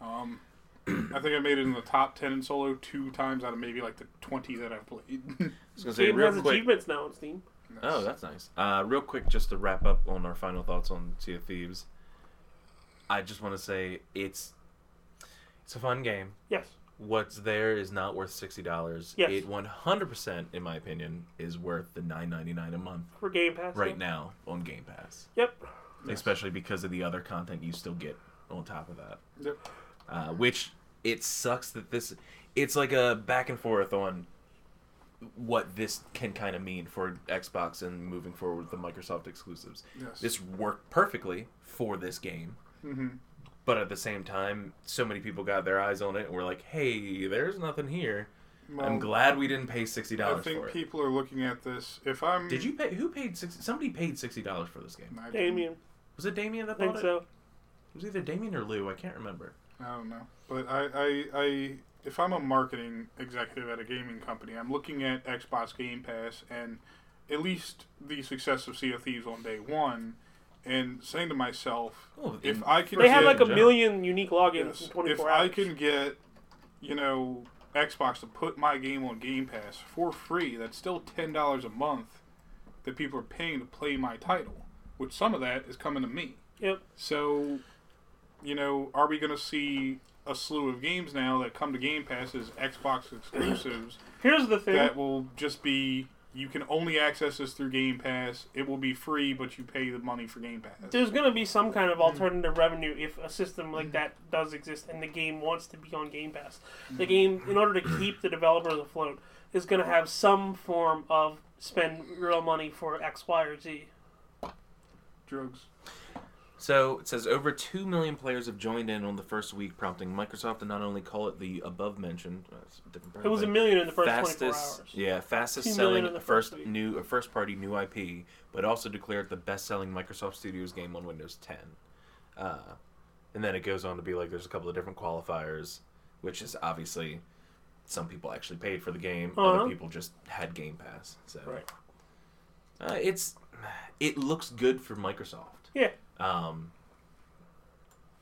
Um, I think I made it in the top ten in solo two times out of maybe like the twenty that I've played.
I was gonna say
Game
real
has
quick.
achievements now on Steam.
Oh, that's nice. Uh, real quick, just to wrap up on our final thoughts on Sea of Thieves. I just want to say it's it's a fun game.
Yes.
What's there is not worth sixty dollars.
Yes.
It one hundred percent, in my opinion, is worth the nine ninety nine a month
For Game Pass.
right
yeah.
now on Game Pass.
Yep.
Especially because of the other content you still get on top of that.
Yep.
uh, which it sucks that this it's like a back and forth on what this can kind of mean for Xbox and moving forward with the Microsoft exclusives.
Yes.
This worked perfectly for this game.
Mhm.
But at the same time, so many people got their eyes on it and were like, "Hey, there's nothing here."
Well,
Um,
I'm glad we didn't pay sixty
I
dollars
think
for it.
people are looking at this. If I'm
Did you pay? Who paid? 60, somebody paid sixty dollars for this game.
I didn't-
Damien.
Was it Damien that
I think
bought it?
so.
It was either Damien or Lou. I can't remember.
I don't know, but I, I, I, if I'm a marketing executive at a gaming company, I'm looking at Xbox Game Pass and at least the success of Sea of Thieves on day one, and saying to myself,
Oh,
if
and-
I can,
They had
get,
like a
Yeah.
million unique logins
yes,
in 24
if
hours.
I can get, you know, Xbox to put my game on Game Pass for free, that's still ten dollars a month that people are paying to play my title, which some of that is coming to me.
Yep.
So, you know, are we going to see a slew of games now that come to Game Pass as Xbox exclusives
Here's the thing.
that will just be you can only access this through Game Pass. It will be free, but you pay the money for Game Pass.
There's going to be some kind of
Hmm.
alternative revenue if a system like that does exist and the game wants to be on Game Pass.
Hmm.
The game, in order to keep the developers afloat, is going to have some form of spend real money for X, Y, or Z.
Drugs.
So it says over 2 million players have joined in on the first week, prompting Microsoft to not only call it the above mentioned, uh, it's a different brand,
It was a
but
million in the first 24
fastest,
hours.
yeah, fastest
2 million
selling
in the
first
first week.
new uh, first party new IP, but also declared the best selling Microsoft Studios game on Windows 10. Uh, and then it goes on to be like there's a couple of different qualifiers, which is obviously some people actually paid for the game,
Uh-huh.
other people just had Game Pass. So
Right.
uh, it's it looks good for Microsoft.
Yeah.
Um,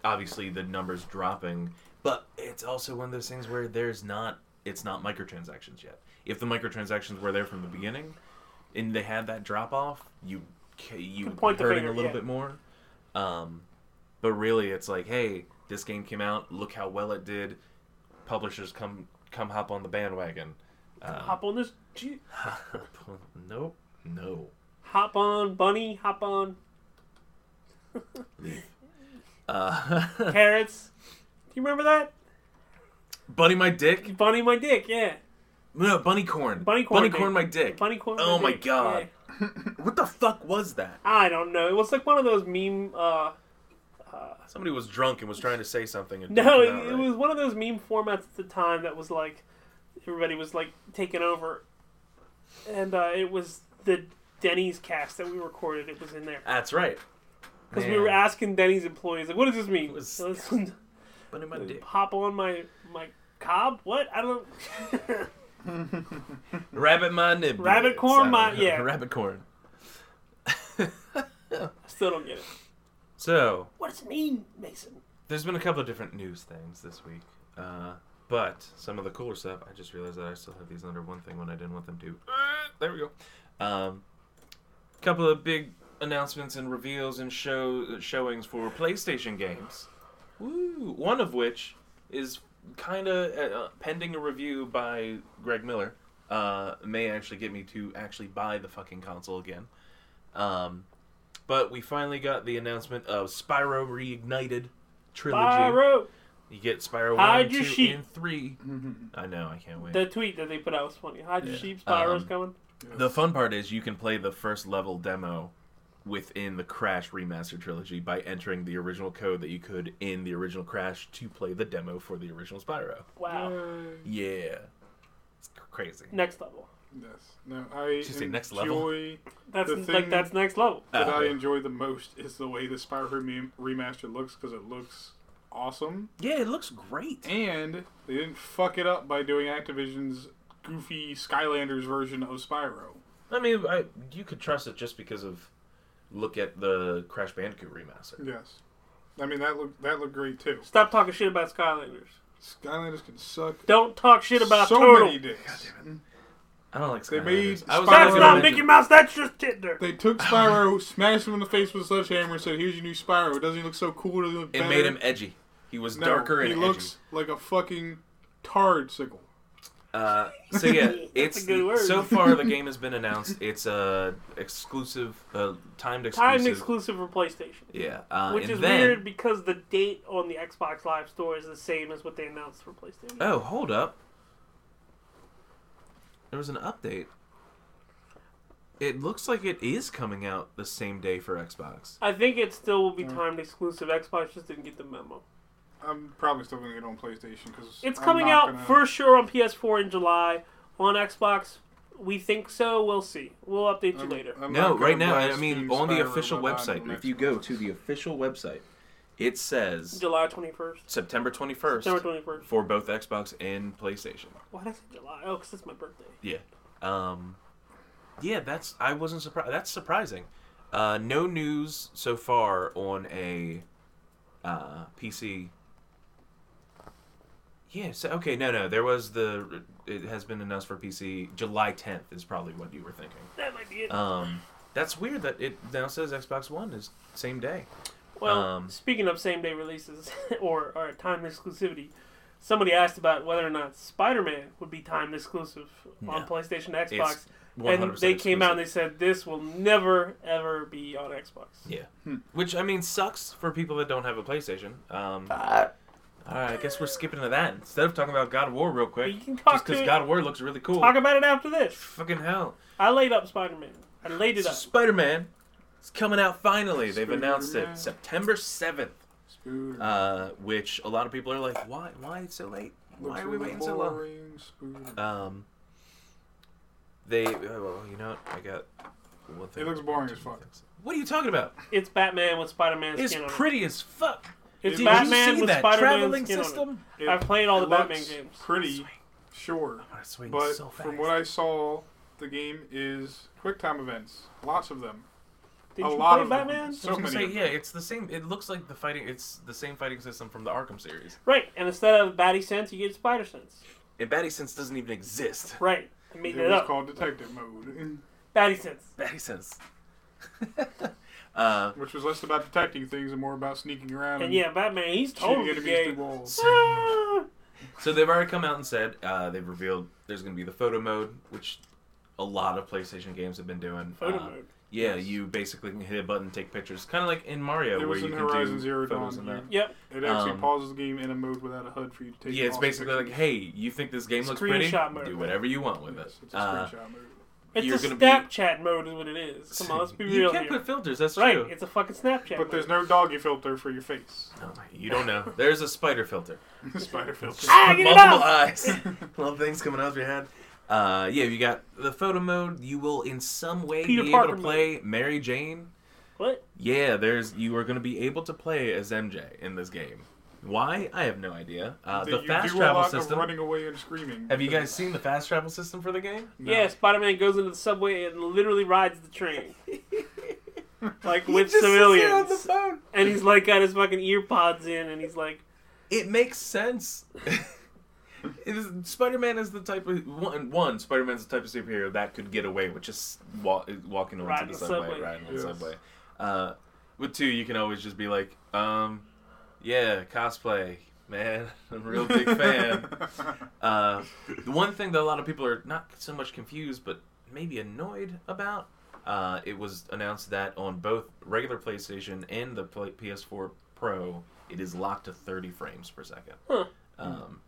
obviously, the numbers dropping, but it's also one of those things where there's not it's not microtransactions yet. If the microtransactions were there from the beginning, and they had that drop off, you ca- you
Could point the
hurting
finger,
a little
yeah.
bit more. Um, but really, it's like, hey, this game came out. Look how well it did. Publishers come come hop on the bandwagon. Uh,
Hop on this. G-
nope, no.
hop on, bunny. Hop on,
Uh,
carrots. Do you remember that?
bunny, my dick.
Bunny my dick, yeah.
No, bunny corn.
Bunny corn
Bunny
dick.
corn, my dick.
Bunny corn.
Oh my
dick,
God.
yeah.
What the fuck was that?
I don't know. It was like one of those meme uh
Somebody was drunk and was trying to say something. And didn't
No, it,
come out
it
right.
was one of those meme formats at the time that was like everybody was like taking over, and uh, it was the Denny's cast that we recorded. It was in there
That's right.
because we
Ah, Man.
were asking Denny's employees like, "What does this mean?"
It was-
So let's
Bunny my dick.
hop on my my cob. What I don't
Rabbit my nib.
Rabbit corn, my- yeah.
Rabbit corn.
I still don't get it.
So
What does it mean, Mason?
there's been a couple of different news things this week, uh, but some of the cooler stuff. I just realized that I still have these under one thing when I didn't want them to. There we go. Um, couple of big announcements and reveals and show showings for PlayStation games. Woo! One of which is kind of uh, pending a review by Greg Miller. Uh, may actually get me to actually buy the fucking console again. Um, but we finally got the announcement of Spyro Reignited trilogy.
Spyro.
You get Spyro
Hide
one,
your
two,
sheep.
and three. I know, I can't wait.
The tweet that they put out was funny. Hide your sheep. Spyro's
Um,
coming.
The fun part is you can play the first level demo within the Crash Remaster trilogy by entering the original code that you could in the original Crash to play the demo for the original Spyro.
Wow.
Yeah. It's c- crazy.
Next level.
Yes. No, I
you say next level?
enjoy
That's
The
like
thing-
that's next level.
that
Ah,
I
yeah.
enjoy the most is the way the Spyro rem- remaster looks because it looks awesome,
Yeah, it looks great.
and they didn't fuck it up by doing Activision's goofy Skylanders version of Spyro.
I mean, I, you could trust it just because of look at the Crash Bandicoot remaster.
Yes. I mean that looked that looked great too.
Stop talking shit about Skylanders.
Skylanders can suck
Don't talk shit about
so
Turtle.
many dicks.
I don't like
They
Skylanders.
made
I was
Spyro-
That's
gonna
not
mention-
Mickey Mouse. That's just Tinder.
They took Spyro, smashed him in the face with a sledgehammer, and said, "Here's your new Spyro. Doesn't he look so cool? Doesn't he look
It
better?"
made him edgy. He was
No,
darker and
He looks like a fucking tard sickle.
Uh, so yeah,
That's
it's
a good word.
so far the game has been announced. It's uh, exclusive, uh, timed exclusive.
Timed exclusive for PlayStation.
Yeah, uh,
Which
and
is
then,
weird because the date on the Xbox Live Store is the same as what they announced for PlayStation.
Oh, hold up. There was an update. It looks like it is coming out the same day for Xbox.
I think it still will be timed exclusive. Xbox just didn't get the memo.
I'm probably still gonna get on PlayStation because
It's coming out for sure on PS4 in July. On Xbox, we think so. We'll see. We'll update you later.
No, right now, I mean, on the official website, if you go to the official website, it says
July 21st.
September 21st
September 21st.
for both Xbox and PlayStation.
Why did I say July? Oh, because it's my birthday.
Yeah. Um, yeah, that's I wasn't surprised. That's surprising. Uh, no news so far on a uh, PC. Yeah. So okay, no, no, there was the. It has been announced for PC. July 10th is probably what you were thinking.
That might be it.
Um, that's weird that it now says Xbox One is same day.
Well,
Um,
speaking of same day releases or, or time exclusivity, somebody asked about whether or not Spider Man would be time exclusive on
No.
PlayStation and Xbox.
It's 100%
and they came out and
exclusive.
they said this will never ever be on Xbox.
Yeah.
Hmm.
Which I mean sucks for people that don't have a PlayStation. Um, all right, I guess we're skipping to that instead of talking about God of War real quick.
You can talk
just because
to-
God of War looks really cool.
Talk about it after this.
Fucking hell,
I laid up Spider Man. I laid it up.
Spider Man, it's coming out finally. They've announced
Spider-Man.
it September seventh,
Spooder,
uh, which a lot of people are like, why, why it's so late? Why are we waiting so long? Um, they, oh, well, you know, what? I got one thing.
It looks boring as fuck.
What are you talking about?
It's Batman with Spider Man
It's
skin on it.
pretty as fuck.
It's
Did
Batman
you see
with
that
Spider Man
traveling
skin
system?
on
It-
it. I've played all
it
the Batman
looks
games.
Pretty sure,
I swing
but
so fast.
from what I saw, the game is QuickTime events, lots of them.
Did
a
you
lot
play
of them.
Batman?
I was
So
gonna
many.
say,
of them.
yeah, it's the same. It looks like the fighting. It's the same fighting system from the Arkham series.
Right, and instead of Batty Sense, you get Spider Sense.
And Batty Sense doesn't even exist.
Right, I made
It
it
was
up.
called Detective Mode,
Batty Sense.
Batty Sense. uh,
which was less about detecting things and more about sneaking around
And yeah, Batman, he's
shooting
totally
enemies
gay.
through walls.
Ah!
so they've already come out and said uh, they've revealed there's going to be the photo mode, which a lot of PlayStation games have been doing.
Photo
Uh,
mode.
Yeah,
Yes.
you basically can hit a button, take pictures, kind of like in Mario,
It
where
was
you
in
can
Horizon
do
Zero
photos
Dawn,
and that.
yeah.
Yep.
It actually
Um,
pauses the game in a mode without a HUD for you to take.
Yeah, it's
awesome
basically like,
pictures.
hey, you think this game looks pretty?
Screenshot mode.
Do whatever you want with it.
Yes, it's a
Uh,
screenshot mode.
It's
You're
a
gonna be-
Snapchat mode is what it is. Come on, let's be
you
real
can't
here.
put filters. That's
right,
true.
it's a fucking Snapchat.
But there's
mode.
no doggy filter for your face.
Oh my- you don't know. There's a spider filter.
Spider filter.
Uh,
Ah, get it
Multiple
off!
eyes. Little things coming out of your head. Uh, yeah, you got the photo mode. You will in some way
Peter
be
Parker
able to play Mary Jane.
What?
Yeah, there's you are going to be able to play as MJ in this game. Why? I have no idea. Uh,
That
the
you
fast
do a
travel
lot
system.
Of running away and screaming.
Have you guys seen the fast travel system for the game?
No.
Yeah, Spider-Man goes into the subway and literally rides the train, like
He
with
just sits there on
civilians.
the phone.
And he's like got his fucking ear pods in, and he's like,
it makes sense. It is- Spider-Man is the type of one. one Spider-Man's the type of superhero that could get away with just wa- walking onto
Riding
the
the
subway,
subway.
riding on
Yes.
the subway. Uh, with two, you can always just be like, um, "Yeah, cosplay, man, I'm a real big fan. Uh, the one thing that a lot of people are not so much confused, but maybe annoyed about, uh, it was announced that on both regular PlayStation and the Play- PS4 Pro, it is locked to 30 frames per second.
Huh.
Um,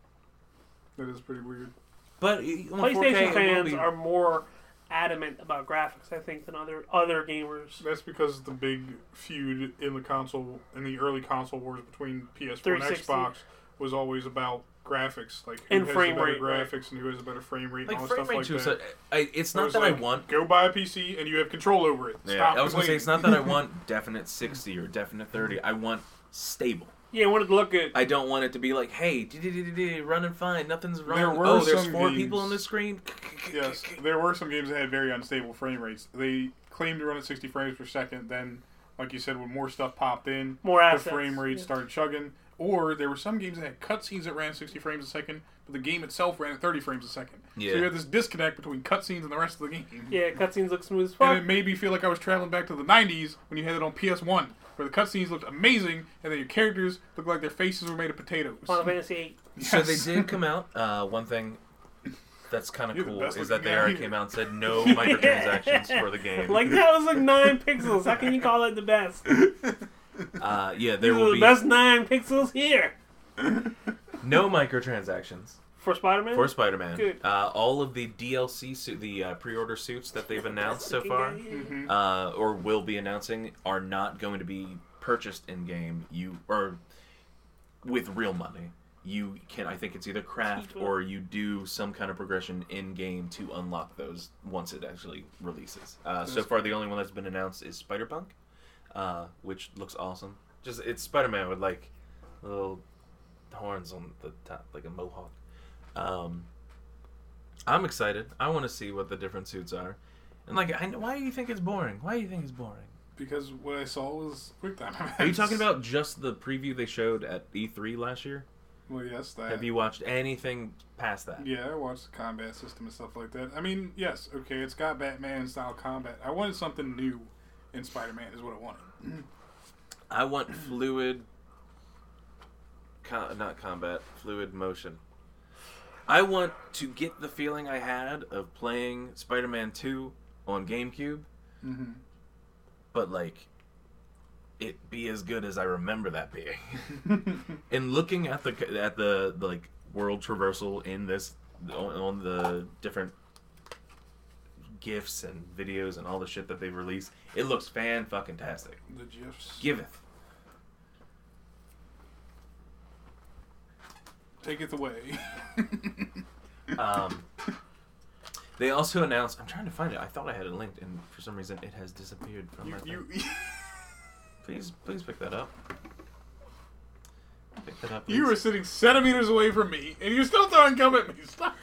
that is pretty weird.
but it- on 4K, it
PlayStation
will
fans
be-
are more adamant about graphics, I think, than other other gamers.
That's because the big feud in the console in the early console wars between PS4 and
360.
Xbox was always about graphics, like who
And
has
frame
the better
rate, right.
graphics and who has a better frame rate, and
like
all
frame
stuff
rate
like
too.
that.
So I, it's
It
not
was
that I
like,
want.
Go buy a PC and you have control over it.
Yeah,
Stop
I was gonna say
complaining.
it's not that I want definite 60 or definite 30. I want stable.
Yeah, I wanted to look good.
I don't want it to be like, hey, d-d-d-d-d, running fine, nothing's
There
wrong.
were
Oh, there's
some
four
games-
people on the screen.
yes, there were some games that had very unstable frame rates. They claimed to run at 60 frames per second. Then, like you said, when more stuff popped in,
More assets.
the frame rate
yeah.
started chugging. Or there were some games that had cutscenes that ran at 60 frames a second, but the game itself ran at 30 frames a second. So
Yeah.
you had this disconnect between cutscenes and the rest of the game.
Yeah, cutscenes look smooth as
And
fuck.
it made me feel like I was traveling back to the 90s when you had it on PS1, where the cutscenes looked amazing, and then your characters looked like their faces were made of potatoes.
Final Fantasy VIII.
So they
Yes.
did come out. Uh, one thing that's kind of
You're the
cool
best
is that
looking
they
guy
already
here.
came out and said no microtransactions for the game.
Like that was like nine pixels. How can you call that the best?
uh, yeah, there
These are
will
the
be
best nine pixels here
no microtransactions
for Spider-Man.
for Spider-Man.
Good.
Uh, all of the DLC, su- the uh, pre-order suits that they've announced so
Looking
far,
guy here.
Mhm.
uh, or will be announcing, are not going to be purchased in game. You or with real money. You can, I think it's either craft
Cheaper.
or you do some kind of progression in game to unlock those once it actually releases. Uh, so far, the only one that's been announced is Spider Punk, uh, which looks awesome. Just it's Spider Man with like little horns on the top, like a mohawk. Um, I'm excited. I want to see what the different suits are. And like, I, why do you think it's boring? Why do you think it's boring?
Because what I saw was quick time events.
Are you talking about just the preview they showed at E3 last year?
Well, yes, that.
Have you watched anything past that?
Yeah, I watched the combat system and stuff like that. I mean, yes, okay, it's got Batman style combat. I wanted something new in Spider Man, is what I wanted.
I want fluid, co not combat, fluid motion. I want to get the feeling I had of playing Spider-Man 2 on GameCube,
Mm-hmm.
but like it be as good as I remember that being. and looking at the at the like world traversal in this on, on the different gifs and videos and all the shit that they release, it looks fan fucking tastic.
the GIFs.
Giveth.
Take it away.
Um, they also announced. I'm trying to find it. I thought I had it linked, and for some reason it has disappeared from
you,
my. thing.
you,
Please, please pick that up. Pick that up.
you were
please.
sitting centimeters away from me, and you're still throwing gum at me. Stop.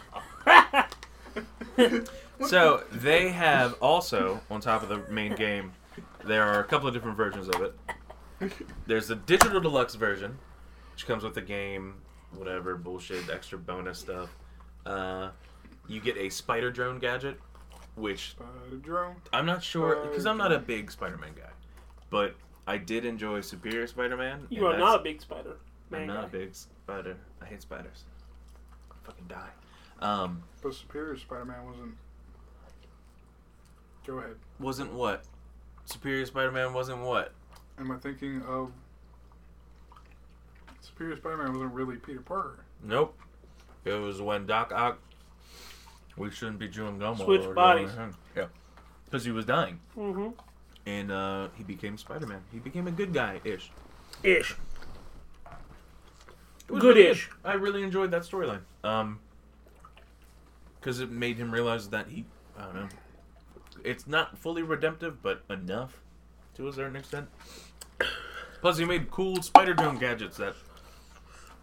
Uh,
So they have also on top of the main game, there are a couple of different versions of it. There's the digital deluxe version, which comes with the game, whatever bullshit, extra bonus stuff. Uh, you get a spider drone gadget, which
Uh, drone.
I'm not sure because I'm not a big Spider-Man guy, but I did enjoy Superior Spider-Man.
You
and
are
that's-
not a big spider.
I'm
Man
not a
guy.
big spider. I hate spiders. I fucking die. Um,
But Superior Spider Man wasn't. Go ahead.
wasn't what Superior Spider-Man wasn't what.
Am I thinking of. Superior Spider Man wasn't really Peter Parker.
Nope. It was when Doc Ock. We shouldn't be chewing gum. all
Switch
over the
bodies.
other hand. Yeah. Because he was dying,
Mm-hmm.
and uh, he became Spider-Man. He became a good guy ish.
Ish.
It was really
Good-ish.
I really enjoyed that storyline. Um, because it made him realize that he, I don't know, it's not fully redemptive, but enough to a certain extent. Plus, he made cool spider drone gadgets that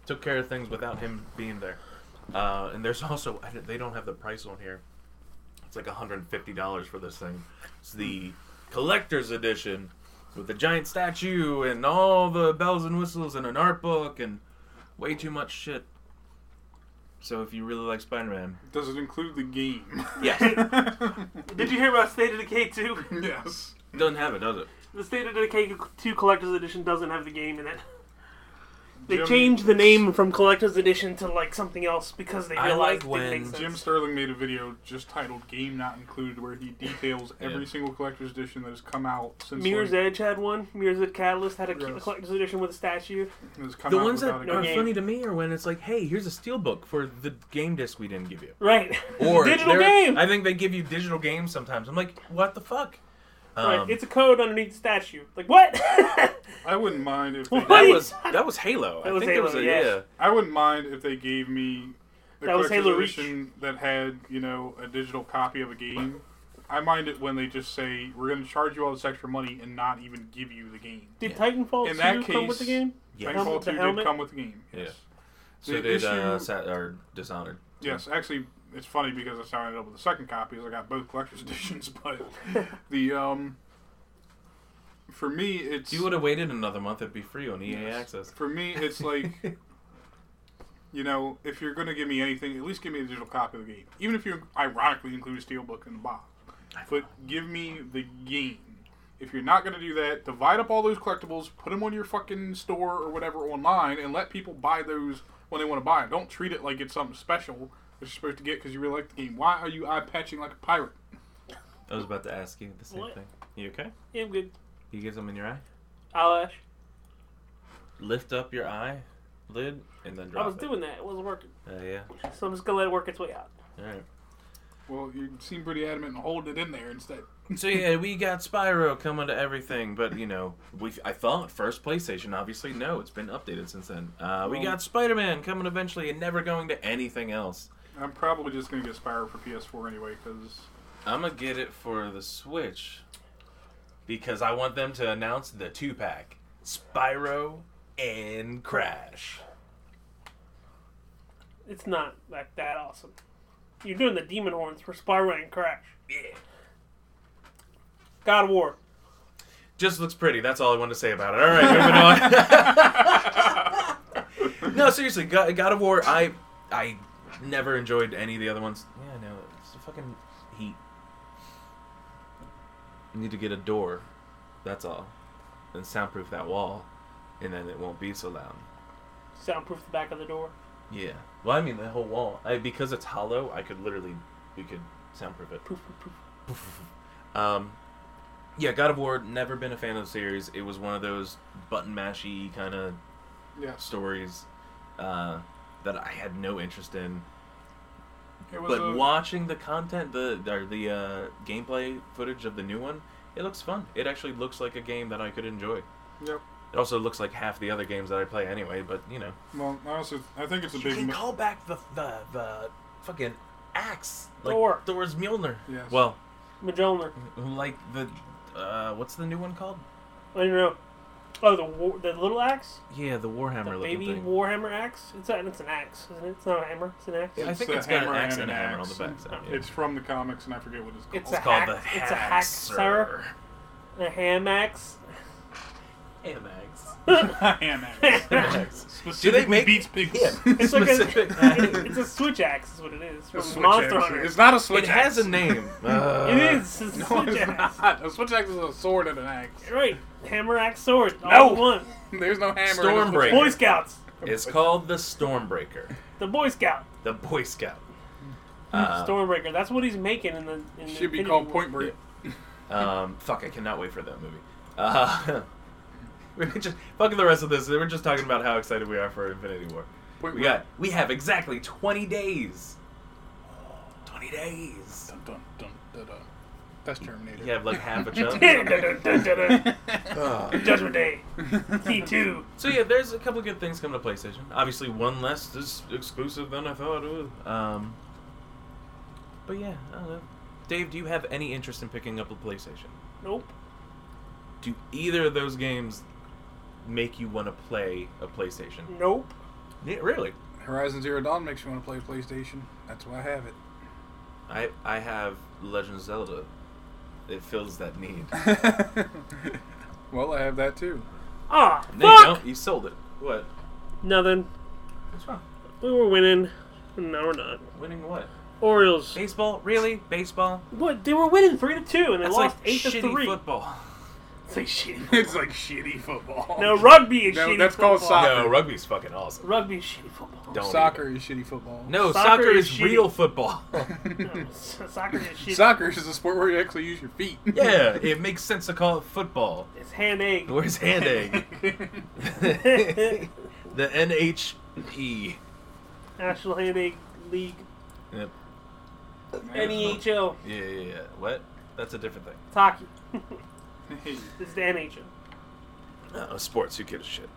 took care of things without him being there. Uh, and there's also I don't- they don't have the price on here. It's like 150 dollars for this thing. It's the collector's edition with the giant statue and all the bells and whistles and an art book and way too much shit. So if you really like Spider-Man,
Does it include the game?
Yes.
Did you hear about State of Decay 2?
yes.
it doesn't have it, does it?
the State of Decay 2 Collector's Edition doesn't have the game in it. They
Jim-
changed the name from collector's edition to like something else because they
I
realized
like
it didn't
when-
make sense.
Jim Sterling made a video just titled "Game Not Included," where he details every
Yeah.
single collector's edition that has come out since
Mirror's
like,
Edge had one. Mirror's Edge Catalyst had a
Yes.
collector's edition with a statue.
has come
The
out
ones that
without a
are
game.
funny to me are when it's like, hey, here's a steelbook for the game disc we didn't give you.
Right. digital
they're-
game.
I think they give you digital games sometimes. I'm like, what the fuck?
right.
Um,
It's a code underneath the statue. Like what?
I wouldn't mind if they,
What?
that
Buddy.
was that was Halo. I
was
think it was a,
Halo,
yeah.
yeah.
I wouldn't mind if they gave me the
That was
collector's
Halo Reach.
edition that had you know a digital copy of a game. I mind it when they just say we're going to charge you all this extra money and not even give you the game.
Did Titanfall
In
2
that
come with the
case-
game?
Yes.
Titanfall
Helmet-
Two
the
did
helmet?
come with the game. Yes.
So
The
did uh,
issue-
Sat- or Dishonored.
Yes, actually, it's funny because that's how I ended up with the second copy. Is I got both collector's editions, but the um, for me it's
If you would have waited another month, it'd be free on EA
Yes.
Access.
for me it's like you know if you're going to give me anything, at least give me a digital copy of the game, even if you ironically include a steelbook in the box. But give me the game. If you're not going to do that, divide up all those collectibles, put them on your fucking store or whatever online, and let people buy those when they want to buy them. Don't treat it like it's something special that you're supposed to get because you really like the game. Why are you eye patching like a pirate?
I was about to ask you the same
What?
thing. You okay?
Yeah, I'm good.
You get them in your eye.
Eyelash.
Lift up your eye lid and then drop
I was
it.
doing that. It wasn't working.
Uh, yeah.
So I'm just gonna let it work its way out.
All right.
Well, you seem pretty adamant in holding it in there instead.
So yeah, we got Spyro coming to everything, but you know, we I thought first PlayStation, obviously no, it's been updated since then. Uh, we
Well-
got Spider-Man coming eventually and never going to anything else.
I'm probably just going to get Spyro for PS4 anyway because
I'm gonna get it for the Switch because I want them to announce the two-pack: Spyro and Crash.
It's not like that awesome. You're doing the demon horns for Spyro and Crash.
Yeah.
God of War.
Just looks pretty. That's all I want to say about it. All right, moving on. no, seriously, God, God of War. I I never enjoyed any of the other ones. Yeah, no, it's the fucking heat. You need to get a door. That's all. And soundproof that wall, and then it won't be so loud.
Soundproof the back of the door.
Yeah. Well, I mean the whole wall. I, because it's hollow, I could literally we could soundproof it.
Poof, poof, poof.
Um, yeah, God of War. Never been a fan of the series. It was one of those button mashy kind of
yes,
stories uh, that I had no interest in.
it was
But
a-
watching the content, the or the uh, gameplay footage of the new one, it looks fun. It actually looks like a game that I could enjoy.
Yep.
It also looks like half the other games that I play anyway. But you know,
Well, I also I think it's a
you
big.
can
mi-
call back the the, the fucking axe, like
Thor.
Thor's Mjolnir.
Yes.
Well,
Mjolnir.
like the uh, what's the new one called?
I don't know. Oh, the war, the little axe,
Yeah, the Warhammer
the
looking
baby
thing.
warhammer axe. It's a, it's an axe, isn't it? It's not a hammer. It's an axe.
Yeah, I think
a
it's got an
hammer
axe
and
and a
an
hammer on the
axe.
back. so, yeah.
It's from the comics, and I forget what it's called.
It's
It's
a
called the
hack- it's a hack, sir. A ham axe.
Ham axe.
Ham axe.
Do they make-
beats pigs?
It's like a,
Specific axe.
it's a switch axe. Is what it is.
A
From
switch
Monster
axe.
Hunter.
It's not a switch.
It has
axe.
a name. Uh,
It is. It's a
Uh, No,
switch
it's
axe.
not. A switch axe is a sword and an axe.
Right. Hammer axe sword. All
No.
in one.
There's no hammer. in a switch
Stormbreaker.
Boy Scouts.
It's called the Stormbreaker,
The Boy Scout.
the Boy Scout. Uh,
Stormbreaker. That's what he's making in the. In the
axe. Should be
Infinity
called
War.
Point Break.
Um, fuck, I cannot wait for that movie. Uh, we could just fuck the rest of this. We're just talking about how excited we are for Infinity War.
Point
We got we have exactly twenty days. Twenty days.
Dun, dun, dun, dun, dun. That's Terminator.
You have like half a chunk.
Dun-dun-dun-dun-dun.
Ah.
Judgment Day. T two.
So yeah, there's a couple good things coming to PlayStation. Obviously, one less is exclusive than I thought it would. Um, but yeah, I don't know. Dave, do you have any interest in picking up a PlayStation?
Nope.
Do either of those games make you want to play a PlayStation?
Nope.
Yeah, really?
Horizon Zero Dawn makes you want to play PlayStation. That's why I have it.
I I have Legend of Zelda. It fills that need.
well, I have that too.
Ah.
No, you
Fuck.
don't. You sold it. What?
Nothing.
What's wrong?
We were winning. No, we're not.
Winning what?
Orioles.
Baseball? Really? Baseball?
What? They were winning three to two, and they
That's
lost
like
eight to
shitty
three.
football.
It's like shitty. it's like shitty football.
No, rugby is
No,
shitty.
that's
football.
called soccer.
No, rugby's fucking awesome.
Rugby is shitty football.
Don't
Soccer is shitty football.
even. No,
Soccer
soccer,
is
is,
shitty.
real football.
No, soccer is shitty.
Soccer is a sport where you actually use your feet.
yeah, it makes sense to call it football.
It's hand egg.
Where's hand egg? the NHE.
National Hand Egg League.
Yep.
NHL.
Yeah, yeah, yeah. What? That's a different thing.
It's hockey.
Hey,
It's the NHL.
No, sports. Who gives a shit?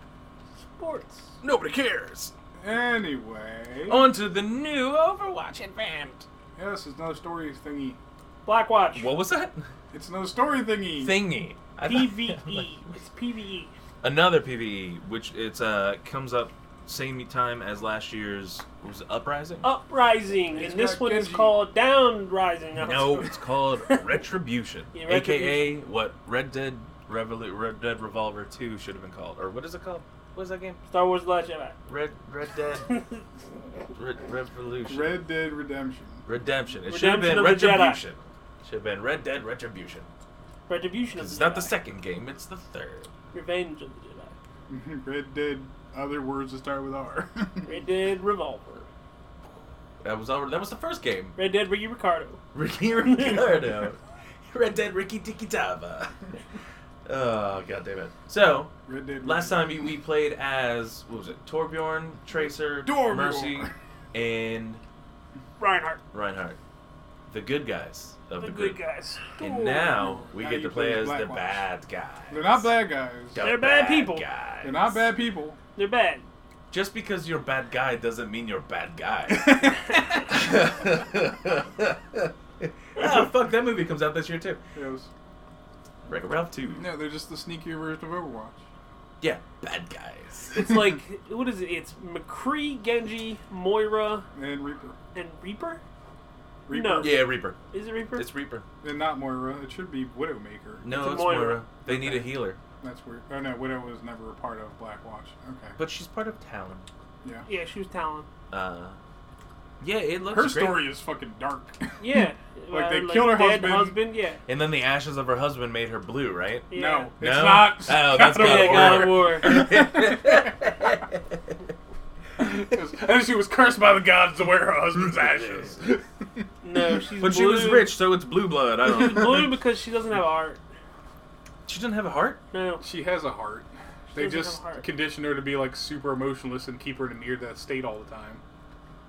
Sports.
Nobody cares.
Anyway,
On to the new Overwatch event.
yes, it's another story thingy.
Black Watch.
What was that?
It's another story thingy.
Thingy. I thought-
PVE. E, It's E. PVE.
Another PVE, which it's uh comes up same time as last year's what was it, Uprising.
Uprising.
It's
and this
got
one is
Genji.
called Down Rising.
No, it's called Retribution,
Yeah,
aka what Red Dead Revol- Red Dead Revolver Two should have been called, or what is it called? What is that game?
Star Wars The Last Jedi.
Red Red Dead Re- Revolution
Red Dead Redemption.
Redemption. It should have been
Redemption of the Jedi.
Retribution. Should have been Red Dead Retribution.
Retribution of the
It's not
Jedi.
the second game; it's the third.
Revenge of the Jedi.
Red Dead. Other words that start with R.
Red Dead Revolver.
That was already, that was the first game.
Red Dead Ricky Ricardo.
Ricky Ricardo. Red Dead Ricky Tiki Tava. Oh god damn it! So
Red Dead.
last time we, we played as what was it? Torbjorn, Tracer,
Torbjorn.
Mercy, and
Reinhardt.
Reinhardt, the good guys of
The
the,
good
group.
guys.
And now we
Now
get
you
to play
play
as
Black
the
Watch.
bad guys.
They're not bad guys.
The
They're bad people.
guys.
They're not bad people.
They're bad.
Just because you're a bad guy doesn't mean you're a bad guy. Ah, oh, fuck, that movie comes out this year too.
Yes.
Wreck-It Ralph 2.
No, they're just the sneakier version of Overwatch.
Yeah, bad guys.
It's like, what is it? It's McCree, Genji, Moira,
And Reaper.
and Reaper?
Reaper.
No.
yeah, Reaper.
Is it Reaper?
It's Reaper.
And not Moira. It should be Widowmaker.
No,
It's
it's,
Moira.
Moira. They need a healer.
That's weird. Oh no, Widow was never a part of Black Watch. Okay.
But she's part of Talon.
yeah.
yeah, she was Talon.
Uh, yeah, it looks
Her
great.
story is fucking dark.
Yeah. Uh,
Like, they killed her
dead
husband.
Yeah.
And then the ashes of her husband made her blue, right?
yeah.
No, it's
No?
not.
Oh, that's
God of
Yeah,
God
God of
War.
War.
and she was cursed by the gods to wear her husband's ashes.
No, she's
But she was
blue.
rich, so it's blue blood. I
She's
don't know.
blue because she doesn't have art.
She doesn't have a heart?
No.
she has a heart. They
doesn't
just
have a heart.
condition her to be like super emotionless and keep her in a near that state all the time.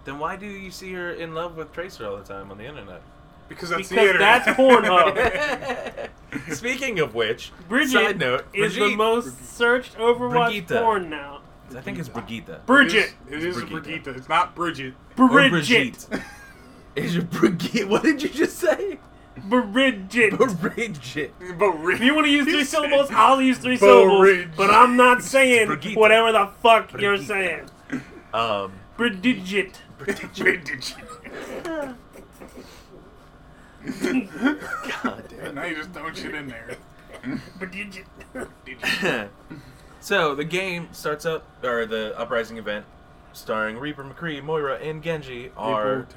Then why do you see her in love with Tracer all the time on the internet?
Because that's the
Because
internet.
that's Pornhub.
Speaking of which,
Bridget
side note,
is the
Brigitte-
most searched Overwatch
Brigitte.
porn now.
I think it's Brigitte.
Bridget.
It is, it is
Brigitte.
Brigitte. It's not Bridget.
Or
Bridget.
Is it Brigitte? What did you just say?
Bridget.
Bridget.
Bridget.
If you want to use three syllables, I'll use three syllables.
Bridget.
But I'm not saying
Brigitte.
whatever the fuck you're
Brigitte.
saying.
Um,
Bridget.
Bridget.
God damn.
now you just throwing shit in there.
Bridget.
so the game starts up, or the uprising event, starring Reaper McCree, Moira, and Genji are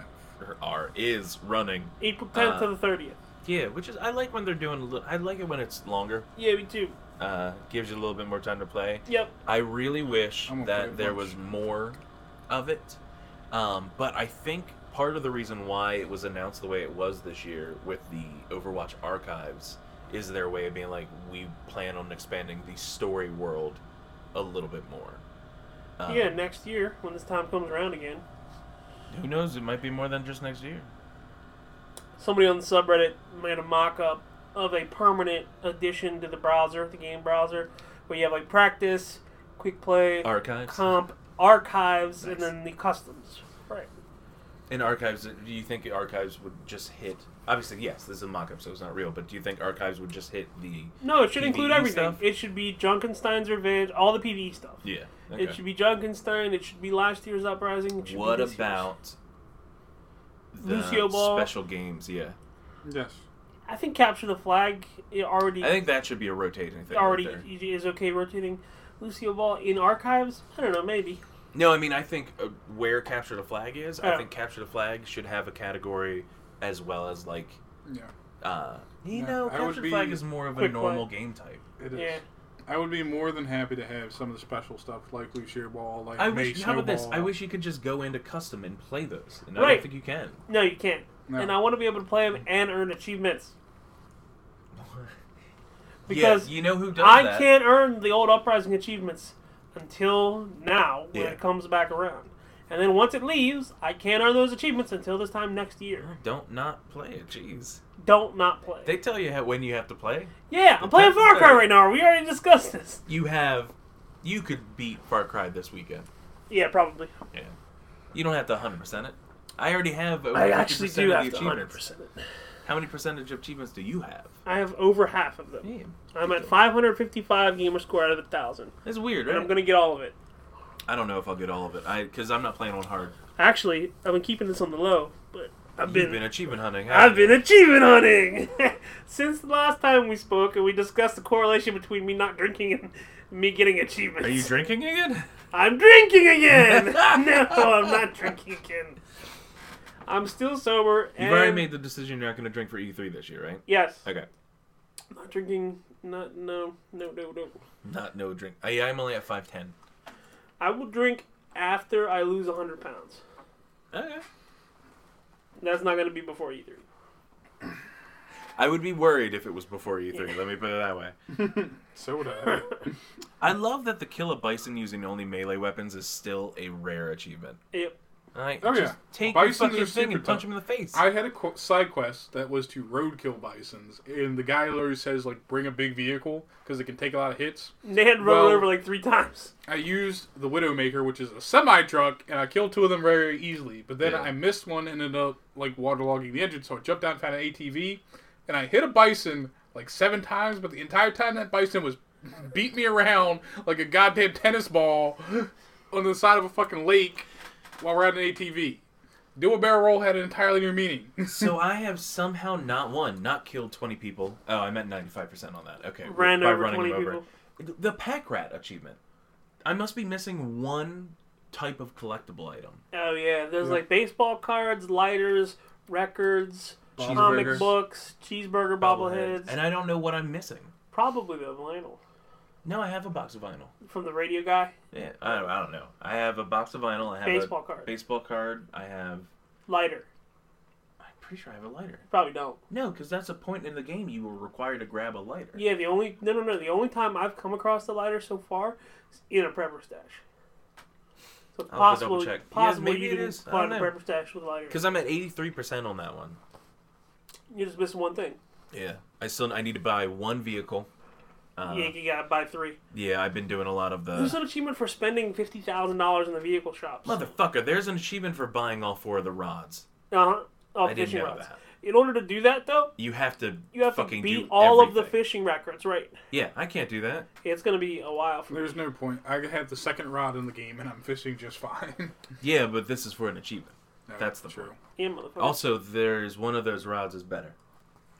or are is running.
April 10th
Uh,
to the 30th.
Yeah, which is I like when they're doing. A little, I like it when it's longer.
Yeah, me too.
Uh, gives you a little bit more time to play.
Yep.
I really wish
I'm okay
that
with
there
lunch.
was more of it. Um, but I think part of the reason why it was announced the way it was this year with the Overwatch archives is their way of being like, we plan on expanding the story world a little bit more. Um,
yeah, next year when this time comes around again.
Who knows? It might be more than just next year.
Somebody on the subreddit made a mock up of a permanent addition to the browser, the game browser, where you have like practice, quick play,
Archives.
comp, archives, and
Nice.
then the customs. Right.
In archives, do you think archives would just hit? Obviously, yes, this is a mock up, so it's not real, but do you think archives would just hit the.
No, it should include
PvE
everything.
E stuff?
It should be Junkenstein's Revenge, all the PvE stuff.
Yeah.
It should be Junkenstein, it should be last year's Uprising. It should
What
be this year's.
about the
Lucio Ball.
special games? Yeah,
Yes.
I think Capture the Flag it already
I think that should be a rotating thing.
already e-
right there.
is okay rotating. Lucio Ball in archives? I don't know, maybe.
No, I mean I think uh, where capture the flag is,
Oh.
I think capture the flag should have a category as well as like
Yeah.
Uh, you
No,
know,
I would
Capture
be-
Flag is more of a
Quick play.
normal game type.
It is.
Yeah.
I would be more than happy to have some of the special stuff like Lucier Ball, like
I
May
wish. How about this?
Snowball.
I wish you could just go into custom and play those, and I
Right.
don't think you can.
No, you can't.
No.
And I want to be able to play them and earn achievements
Yeah,
because
you know who does
I
that?
can't earn the old uprising achievements until now when
Yeah.
it comes back around. And then once it leaves, I can't earn those achievements until this time next year.
Don't not play it. Jeez,
Don't not play.
they tell you how, when you have to play.
yeah, I'm playing Far Cry
Fair.
right now. We already discussed this.
You have, you could beat Far Cry this weekend.
Yeah, probably.
Yeah, you don't have to 100 percent it. I already have. Over
I actually
50%
do
of the
have to
achievements.
100% it.
How many percentage of achievements do you have?
I have over half of them.
Damn,
I'm at 555 gamer score out of a thousand,
that's weird,
and
right?
I'm gonna get all of it.
I don't know if I'll get all of it. I because I'm not playing on hard.
Actually, I've been keeping this on the low, but I've
You've
been,
been achievement hunting.
I've
haven't you?
been achievement hunting since the last time we spoke, and we discussed the correlation between me not drinking and me getting achievements.
Are you drinking again?
I'm drinking again. no, I'm not drinking again. I'm still sober.
You've
and
already made the decision you're not going to drink for E3 this year, right?
yes.
Okay.
Not drinking. Not no no no no.
Not no drink. I, I'm only at 5'10.
I will drink after I lose 100 pounds.
Okay.
That's not gonna be before E E3.
I would be worried if it was before E3, let me put it that way.
So would I.
I love that the kill a bison using only melee weapons is still a rare achievement.
Yep.
Like,
Oh,
just
yeah.
take
Bisons
your fucking thing
are super
and punch
dumb.
him in the face.
I had a qu- side quest that was to roadkill bisons, and the guy literally says like bring a big vehicle because it can take a lot of hits.
They had
Well-
rolled over like three times.
I used the Widowmaker, which is a semi truck, and I killed two of them very easily. But then
Yeah.
I missed one and ended up like waterlogging the engine, so I jumped down and found an ATV, and I hit a bison like seven times. But the entire time that bison was beat me around like a goddamn tennis ball on the side of a fucking lake while riding an ATV. Do a barrel roll had an entirely new meaning.
so I have somehow not won, not killed 20 people. Oh, I'm at 95% on that. Okay.
Ran
by
over
running
20
him Over. The pack rat achievement. I must be missing one type of collectible item.
Oh yeah, there's
Yeah.
like baseball cards, lighters, records,
Cheeseburgers.
comic books, cheeseburger bobbleheads,
And I don't know what I'm missing.
probably the vinyl
No, I have a box of vinyl.
from the radio guy.
Yeah, I don't, I don't know. I have a box of vinyl. I have
Baseball
a
card.
baseball card. I have.
Lighter,
I'm pretty sure I have a lighter.
probably don't.
No, because that's a point in the game you were required to grab a lighter.
Yeah, the only no no no the only time I've come across the lighter so far is in a prepper stash. So
double
possible,
check. Yeah,
possible
maybe
you
it
can
is. I
find a
don't know.
prepper stash with a lighter.
Because I'm at 83% on that one.
you just missed one thing.
Yeah. I still I need to buy one vehicle. Uh,
yeah,
yeah.
you gotta buy three.
I've been doing a lot of
There's
the.
an achievement for spending fifty thousand dollars in the vehicle shops.
Motherfucker, there's an achievement for buying all four of the rods.
Uh-huh. Off
I didn't
fishing
know
rods.
that.
In order to do that though,
You have to
you have to
fucking
beat
do
all of the
everything.
fishing records, right?
Yeah, I can't do that.
It's gonna be a while for
There's no point. I have the second rod in the game, and I'm fishing just fine.
Yeah, but this is for an achievement.
No,
That's the point.
Yeah, motherfucker.
Also, there's one of those rods is better.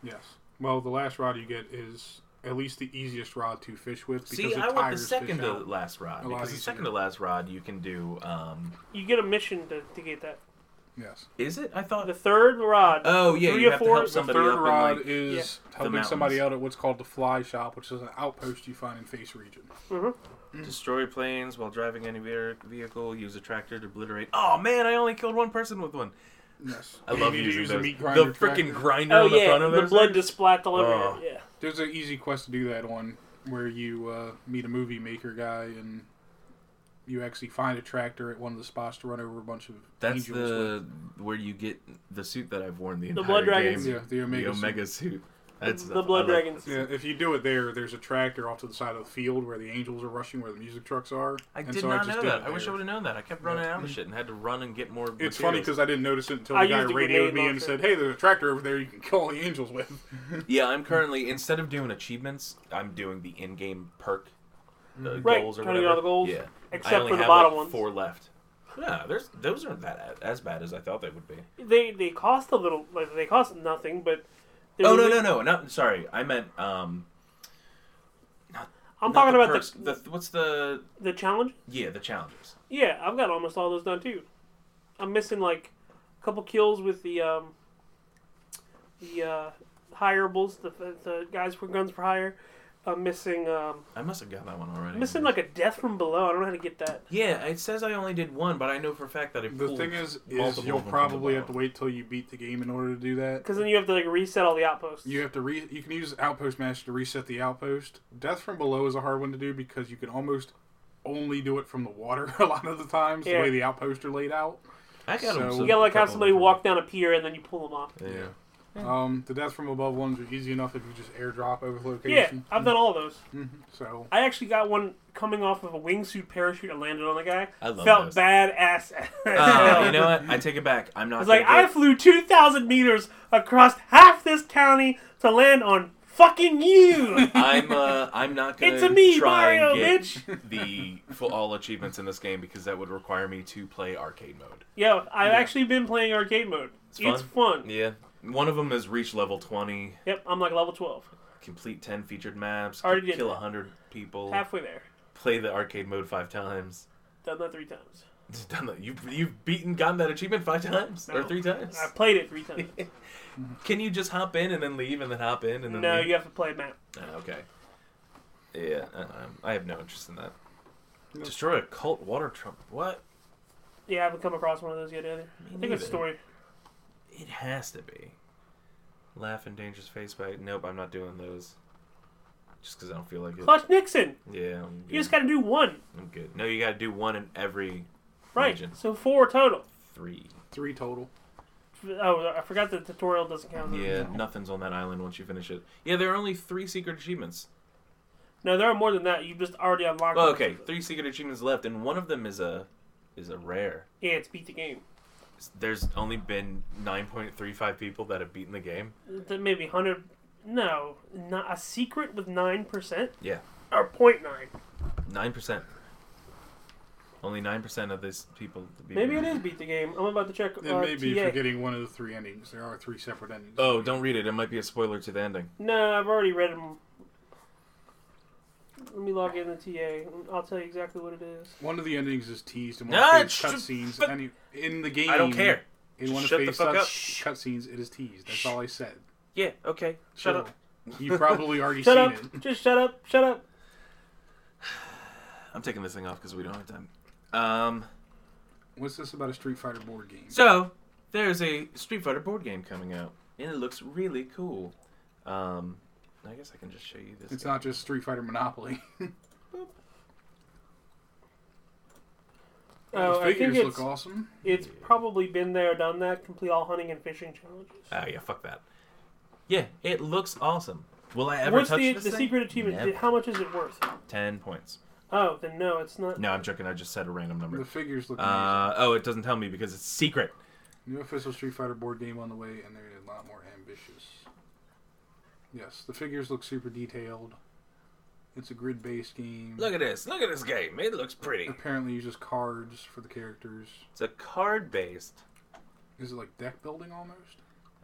Yes. Well, the last rod you get is at least the easiest rod to fish with because
See,
it
I want the
tires
second
fish
to
out.
last rod
A lot
because the
easier.
second to last rod you can do. Um,
you get a mission to, to get that.
Yes.
is it? I thought.
The third rod.
Oh yeah,
three
you
or
have to
four-
help
the
The
somebody
third
up.
rod
and, like,
is helping
mountains.
somebody out at what's called the fly shop, which is an outpost you find in Face Region.
destroy planes while driving any ve- vehicle. Use a tractor to obliterate. Oh man, I only killed one person with one.
Yes.
I love
you
using
need to use
those.
a meat
the
grinder.
freaking
tractor.
grinder
oh
on the
yeah,
front
the,
of those.
blood just splat all over
Oh.
it. Yeah.
There's an easy quest to do that on where you uh, meet a movie maker guy and you actually find a tractor at one of the spots to run over a bunch of
That's
angels with.
the where you get the suit that I've worn the entire
blood
game.
dragons.
Yeah, the Omega.
the
suit.
Omega suit. That's
the blood
I like-
dragons.
Yeah, if you do it there, there's a tractor off to the side of the field where the angels are rushing, where the music trucks are.
I
and
did
so
not
just
know
did
that.
it
I wish I
there.
would have known that. I kept running out of shit and had to run and get more.
It's funny
materials.
because I didn't notice it until the
I
guy
used a
radioed
grenade
me and
launcher.
said, "Hey, there's a tractor over there. You can kill all the angels with."
Yeah, I'm currently instead of doing achievements, I'm doing the in-game perk uh,
Right,
goals or
trying
whatever.
to get all the goals,
Yeah,
except
I only
for the
have,
bottom
like,
ones.
Four left. Yeah, there's those aren't that as bad as I thought they would be.
They they cost a little. Like they cost nothing, but. they're
Oh no
really-
no no! Not sorry. I meant um.
I'm
not
talking
the
about
perks,
the,
the what's the
the challenge.
yeah the challenges.
Yeah, I've got almost all those done too. I'm missing like a couple kills with the um the uh hireables, the, the guys for Guns for Hire. I'm missing um,
I must have got that one already.
missing like a Death from Below. I don't know how to get that.
Yeah, it says I only did one, but I know for a fact that I
The
pulled
thing is, is
multiple
you'll
of them from
probably have to
bottom.
wait till you beat the game in order to do that.
Because then you have to like reset all the outposts.
You have to re. You can use outpost master to reset the outpost. Death from below is a hard one to do because you can almost only do it from the water a lot of the times. The
Yeah.
way the outposts are laid out.
I got them
So-
some-
You gotta like have
couple
somebody
of them.
walk down a pier and then you pull them off.
Yeah.
Um, the death from above ones are easy enough if you just airdrop over the
Yeah,
location.
I've done all those.
So
I actually got one coming off of a wingsuit parachute and landed on the guy.
I love
Felt
those.
badass.
Uh, you know what? I take it back. I'm not.
It's like
gonna
I
get-
flew two thousand meters across half this county to land on fucking you.
I'm uh, I'm not gonna
It's a me,
try
Mario,
and get the full all achievements in this game because that would require me to play arcade mode.
Yo, I've actually been playing arcade mode. It's fun.
Yeah, one of them is reach level twenty,
Yep, I'm like level twelve,
complete ten featured maps,
Already did
kill
that.
hundred people,
halfway there.
play the arcade mode five times.
Done that three times.
Done that. You've you've beaten gotten that achievement five times or
No.
three times.
I played it three times.
Can you just hop in and then leave and then hop in and then
no,
leave?
you have to play a map.
Ah, okay. Yeah, uh, um, I have no interest in that. Destroy a cult water trump. What?
Yeah, I haven't come across one of those yet either. I think
neither.
it's a story.
It has to be. Laugh in dangerous face bite. Nope, I'm not doing those. Just because I don't feel like it.
Clutch Nixon.
Yeah, I'm good.
You just got to do one,
I'm good. No, you gotta do one in every
right?
Region.
So four total.
three.
three total.
Oh, I forgot the tutorial doesn't count.
Yeah, nothing's on that island once you finish it. Yeah, there are only three secret achievements.
No, there are more than that. You just already unlocked.
Well,
them.
okay, three secret achievements left, and one of them is a is a rare.
Yeah, it's beat the game.
There's only been 9.35 people that have beaten the game.
Th- Maybe hundred. No, not a secret with nine percent
Yeah.
or 0.9.
Nine percent. Only nine percent of these people. to be-
Maybe it is beat the game. I'm about to check.
And
uh,
maybe
TA.
forgetting one of the three endings. There are three separate endings.
Oh, don't read it. It might be a spoiler to the ending.
No, I've already read them. Let me log in to TA. and I'll tell you exactly what it is.
One of the endings is teased in one
Ah,
of
shut-
Fade's cutscenes.
but-
Any in the game,
I don't care.
In one of
Shut the
Fade's
fuck up.
cuts- cutscenes, it is teased. That's all I said.
Yeah. Okay. Shut up.
You probably already
Shut
seen
up!
it.
Just shut up! Shut up!
I'm taking this thing off because we don't have time. Um.
What's this about a Street Fighter board game?
So there's a Street Fighter board game coming out, and it looks really cool. Um. I guess I can just show you this.
It's not just Street Fighter Monopoly.
Oh,
the
I think
figures
it's
look awesome.
it's probably been there, done that. Complete all hunting and fishing challenges.
Oh yeah. Fuck that. Yeah. It looks awesome. Will I ever
What's
touch
the,
this
the
thing?
secret achievement?
Never.
How much is it worth?
Ten points.
Oh, then no, it's not.
No, I'm joking. I just said a random
The
number.
figures look amazing.
Uh, oh, it doesn't tell me because it's secret.
New official Street Fighter board game on the way, and they're a lot more ambitious. Yes, the figures look super detailed. It's a grid-based game.
Look at this. Look at this game. It looks pretty.
Apparently uses cards for the characters.
It's a card based.
Is it like deck building almost?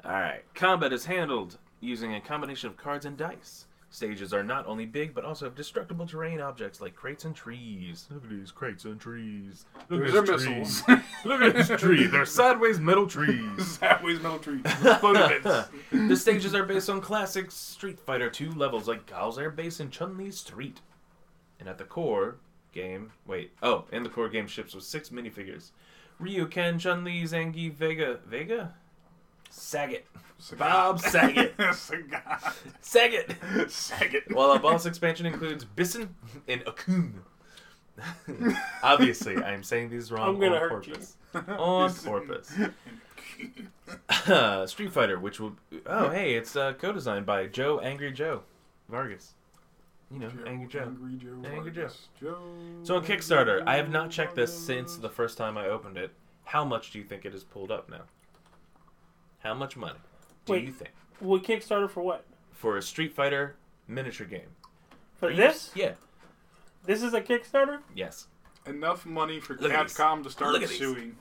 Alright. Combat is handled using a combination of cards and dice. Stages are not only big, but also have destructible terrain objects like crates and trees. Look at these crates and trees. Look
Those
at
are
this tree.
missiles.
Look at this tree. They're sideways metal trees.
that way's metal trees. Exploded
the stages are based on classic Street Fighter II levels like Gao's Air Base and Chun Li's Street. And at the core game, wait, oh, and the core game ships with six minifigures: Ryu, Ken, Chun Li, Zangief, Vega, Vega, Saget, Bob Saget, Saget.
Second.
While a boss expansion includes Bison and Akun. Obviously, I'm saying these wrong
I'm gonna
on
hurt you.
purpose. On purpose. Uh, Street Fighter, which will oh hey, it's uh, co-designed by Joe Angry Joe Vargas. You know, Angry Joe.
Angry Joe.
Angry Joe.
Vargas. Joe.
So on Kickstarter, I have not checked this since the first time I opened it. How much do you think it is pulled up now? How much money do
Wait.
you think
Well, Kickstarter for what?
for a Street Fighter miniature game?
For
Are you-
this?
Yeah.
This is a Kickstarter?
Yes.
Enough money for
Look at these.
Capcom to start
Look at these.
suing.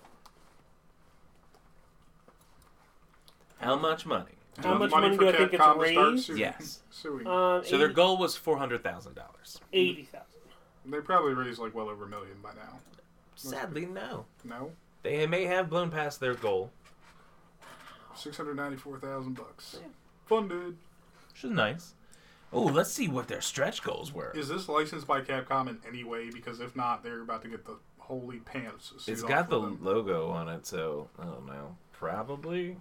How much money?
How
Enough
much money do I think it's
Capcom to start
raised?
suing.
Yes.
Suing.
Um,
So their goal was four hundred thousand dollars.
eighty thousand.
they probably raised like well over a million by now.
Sadly, no.
No,
They may have blown past their goal.
six hundred ninety-four thousand bucks. Funded.
Which is nice. Oh, let's see what their stretch goals were.
Is this licensed by Capcom in any way? Because if not, they're about to get the holy pants. sued
It's
off
got
for
the
them.
logo on it, so I don't know. Probably.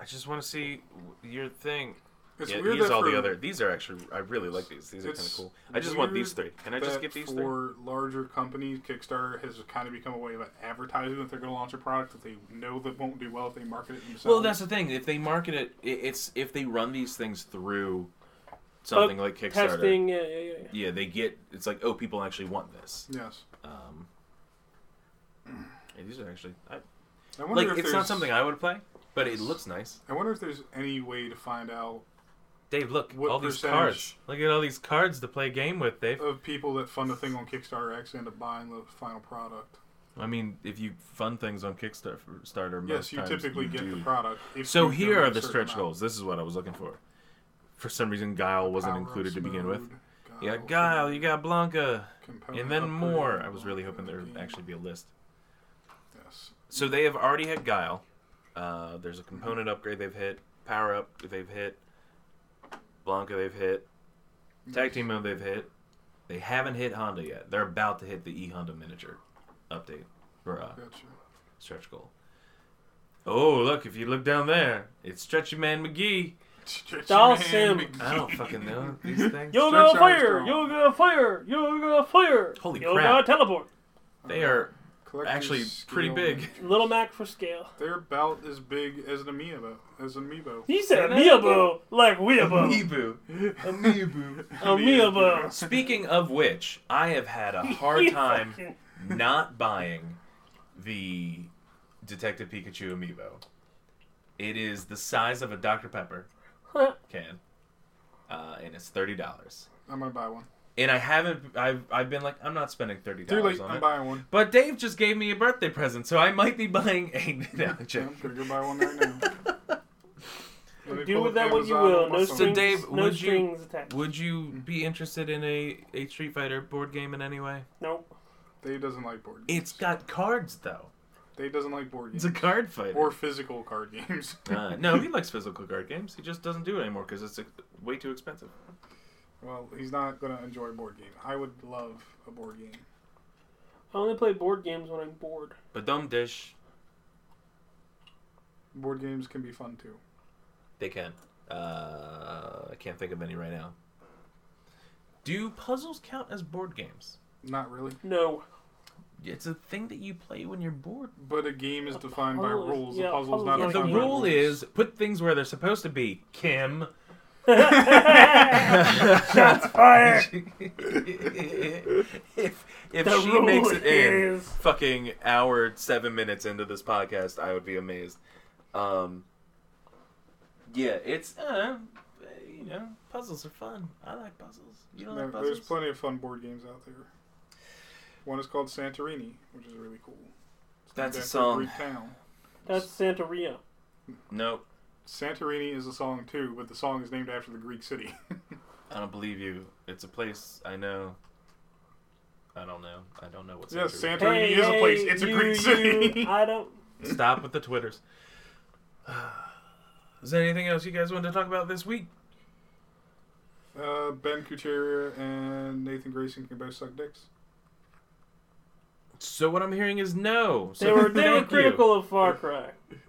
I just want to see w- your thing.
It's
yeah,
weird
these
that
all
for-
the other. These are actually. I really like these. These are kind of
it's
cool. I just want these three.
weird
Can I just
that
get these three?
for larger companies? Kickstarter has kind of become a way of advertising that they're going to launch a product that they know that won't do well if they market it themselves.
Well, that's the thing. If they market it, i- it's if they run these things through something like Kickstarter.
Testing, yeah, yeah, yeah. yeah.
Yeah, they get. It's like, oh, people actually want this.
yes.
Um, yeah, these are actually. I,
I wonder
like,
if
it's
there's-
not something I would play, but it looks nice.
I wonder if there's any way to find out
Dave, look,
What
all these
percentage-
cards. Look at all these cards to play a game with, Dave.
of people that fund a thing on Kickstarter actually end up buying the final product.
I mean, if you fund things on Kickstarter, starter,
yes,
most
you
times
typically
you
get
do.
the product. if
So
you
here are
donate
the
a certain
stretch
amount.
goals. This is what I was looking for. For some reason, Guile wasn't
Power-ups
included to begin with.
mode,
You got
Guile,
Guile, you got Blanca,
component
and then
upgrade,
more. I was really hoping there
game.
would actually be a list.
Yes.
So they have already had Guile. Uh, there's a component upgrade they've hit. Power up they've hit. Blanca they've hit. Tag team mode they've hit. They haven't hit Honda yet. They're about to hit the E Honda miniature update for uh,
Gotcha.
stretch goal. Oh look! If you look down there, it's Stretchy Man McGee.
Stretch
Doll
Man
Sim.
McGee.
I don't fucking know these things.
You'll
Stretch
go fire!
Armstrong.
You'll go fire! You'll go fire!
Holy
You'll
crap.
go teleport!
They are
Collector's
actually pretty
scale.
big.
Little Mac for scale.
They're about as big as an amiibo. As an amiibo.
He
Say
said
that
Amiibo like Weeabo.
Amiibo. Amiibo.
Amiibo.
Speaking of which, I have had a hard
You
time
fucking-
not buying the Detective Pikachu amiibo. It is the size of a Dr. Pepper can, uh, and it's thirty dollars.
I'm gonna buy one.
And I haven't. I've I've been like, I'm not spending thirty
Too late.
dollars on
I'm
it.
buying one.
but Dave just gave me a birthday present, so I might be buying a. no, I'm
Yeah,
joking.
I'm gonna go buy one right now. Let me
Do
pull
with
up
that what you
Amazon
will.
on my
No
phone.
strings,
Dave,
no
would you-
strings attached.
Would you be interested in a, a Street Fighter board game in any way?
Nope.
Dave doesn't like board games.
It's got cards though.
Dave doesn't like board
It's
games.
a card fighter.
Or physical card games.
Uh, no, he likes physical card games. He just doesn't do it anymore because it's uh, way too expensive.
Well, he's not gonna enjoy a board game. I would love a board game.
I only play board games when I'm bored.
But dumb dish,
Board games can be fun too.
they can. Uh, I can't think of any right now. Do puzzles count as board games?
Not really.
No.
It's a thing that you play when you're bored.
But a game is defined by
puzzle is-
rules.
yeah,
a puzzle's not
puzzle's
And
like
the
defined by
Yeah.
rule
rules.
is put things where they're supposed to be. Kim.
Shots fired!
if if
The
she
rule
makes it in
is-
fucking hour seven minutes into this podcast, I would be amazed. Um, yeah, it's uh, you know, puzzles are fun. I like puzzles. You don't
There-
like
there's
puzzles?
plenty of fun board games out there. One is called Santorini, which is really cool. It's named
That's a
after
song.
Greek town.
That's Santoria.
nope,
Santorini is a song too, but the song is named after the Greek city.
I don't believe you. It's a place I know. I don't know. I don't know what's.
yes,
Santorini.
Santorini is a place. It's a
you,
Greek city.
you- I don't.
Stop with the twitters. Is there anything else you guys want to talk about this week?
uh, ben Kuchera and Nathan Grayson can both suck dicks.
So what I'm hearing is no. So
They were, they were
thank you.
critical of Far Cry.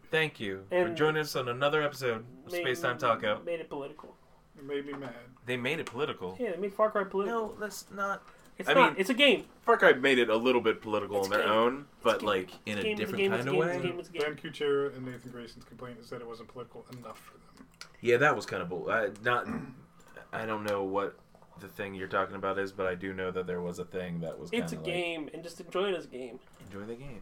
Thank you for
And-
joining us on another episode of
Made-
Space Time Taco.
Made it political.
It made me mad.
They made it political.
Yeah, they made Far Cry political.
No, that's not.
it's
I
not.
mean-
it's a game.
Far Cry made it a little bit political
It's
on their
game.
own, but
game.
like in a
It's game, it's
different
game,
kind
it's
of
game,
way.
it's game, it's game.
Ben Kuchera and Nathan Grayson's complaint is that it wasn't political enough for them.
Yeah, that was kind of bull. I, not. I don't know what the thing you're talking about is, but I do know that there was a thing that was.
It's a
kinda like,
game, and just enjoy it as a game.
Enjoy the game.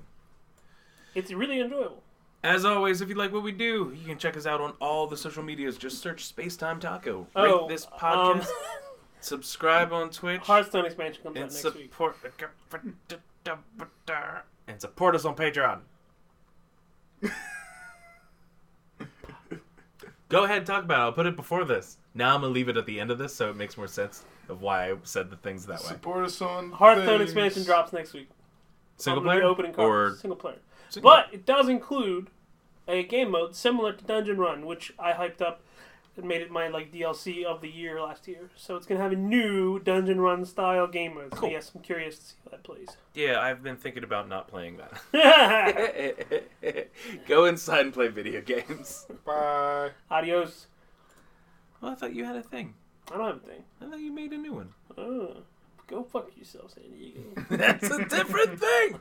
It's really enjoyable.
As always, if you like what we do, you can check us out on all the social medias. Just search Space Time Taco. Rate
Oh,
this
um,
podcast. subscribe on Twitch.
Hearthstone expansion comes out
and
next week.
support and support us on Patreon. Go ahead, talk about it. I'll put it before this. Now I'm gonna leave it at the end of this, so it makes more sense of why I said the things that way.
Support us on
Hearthstone
things.
expansion drops next week.
Single
I'm gonna
player
be opening cards.
or
single player.
single
But it does include a game mode similar to Dungeon Run, which I hyped up and made it my like DLC of the year last year. So it's gonna have a new Dungeon Run style game mode. So
Cool.
yes, I'm curious to see how that plays.
Yeah, I've been thinking about not playing that.
Go inside and play video games.
Bye.
Adios.
Well, I thought you had a thing.
I don't have a thing.
I thought you made a new one.
Oh, go fuck yourself, San Diego.
That's a different thing.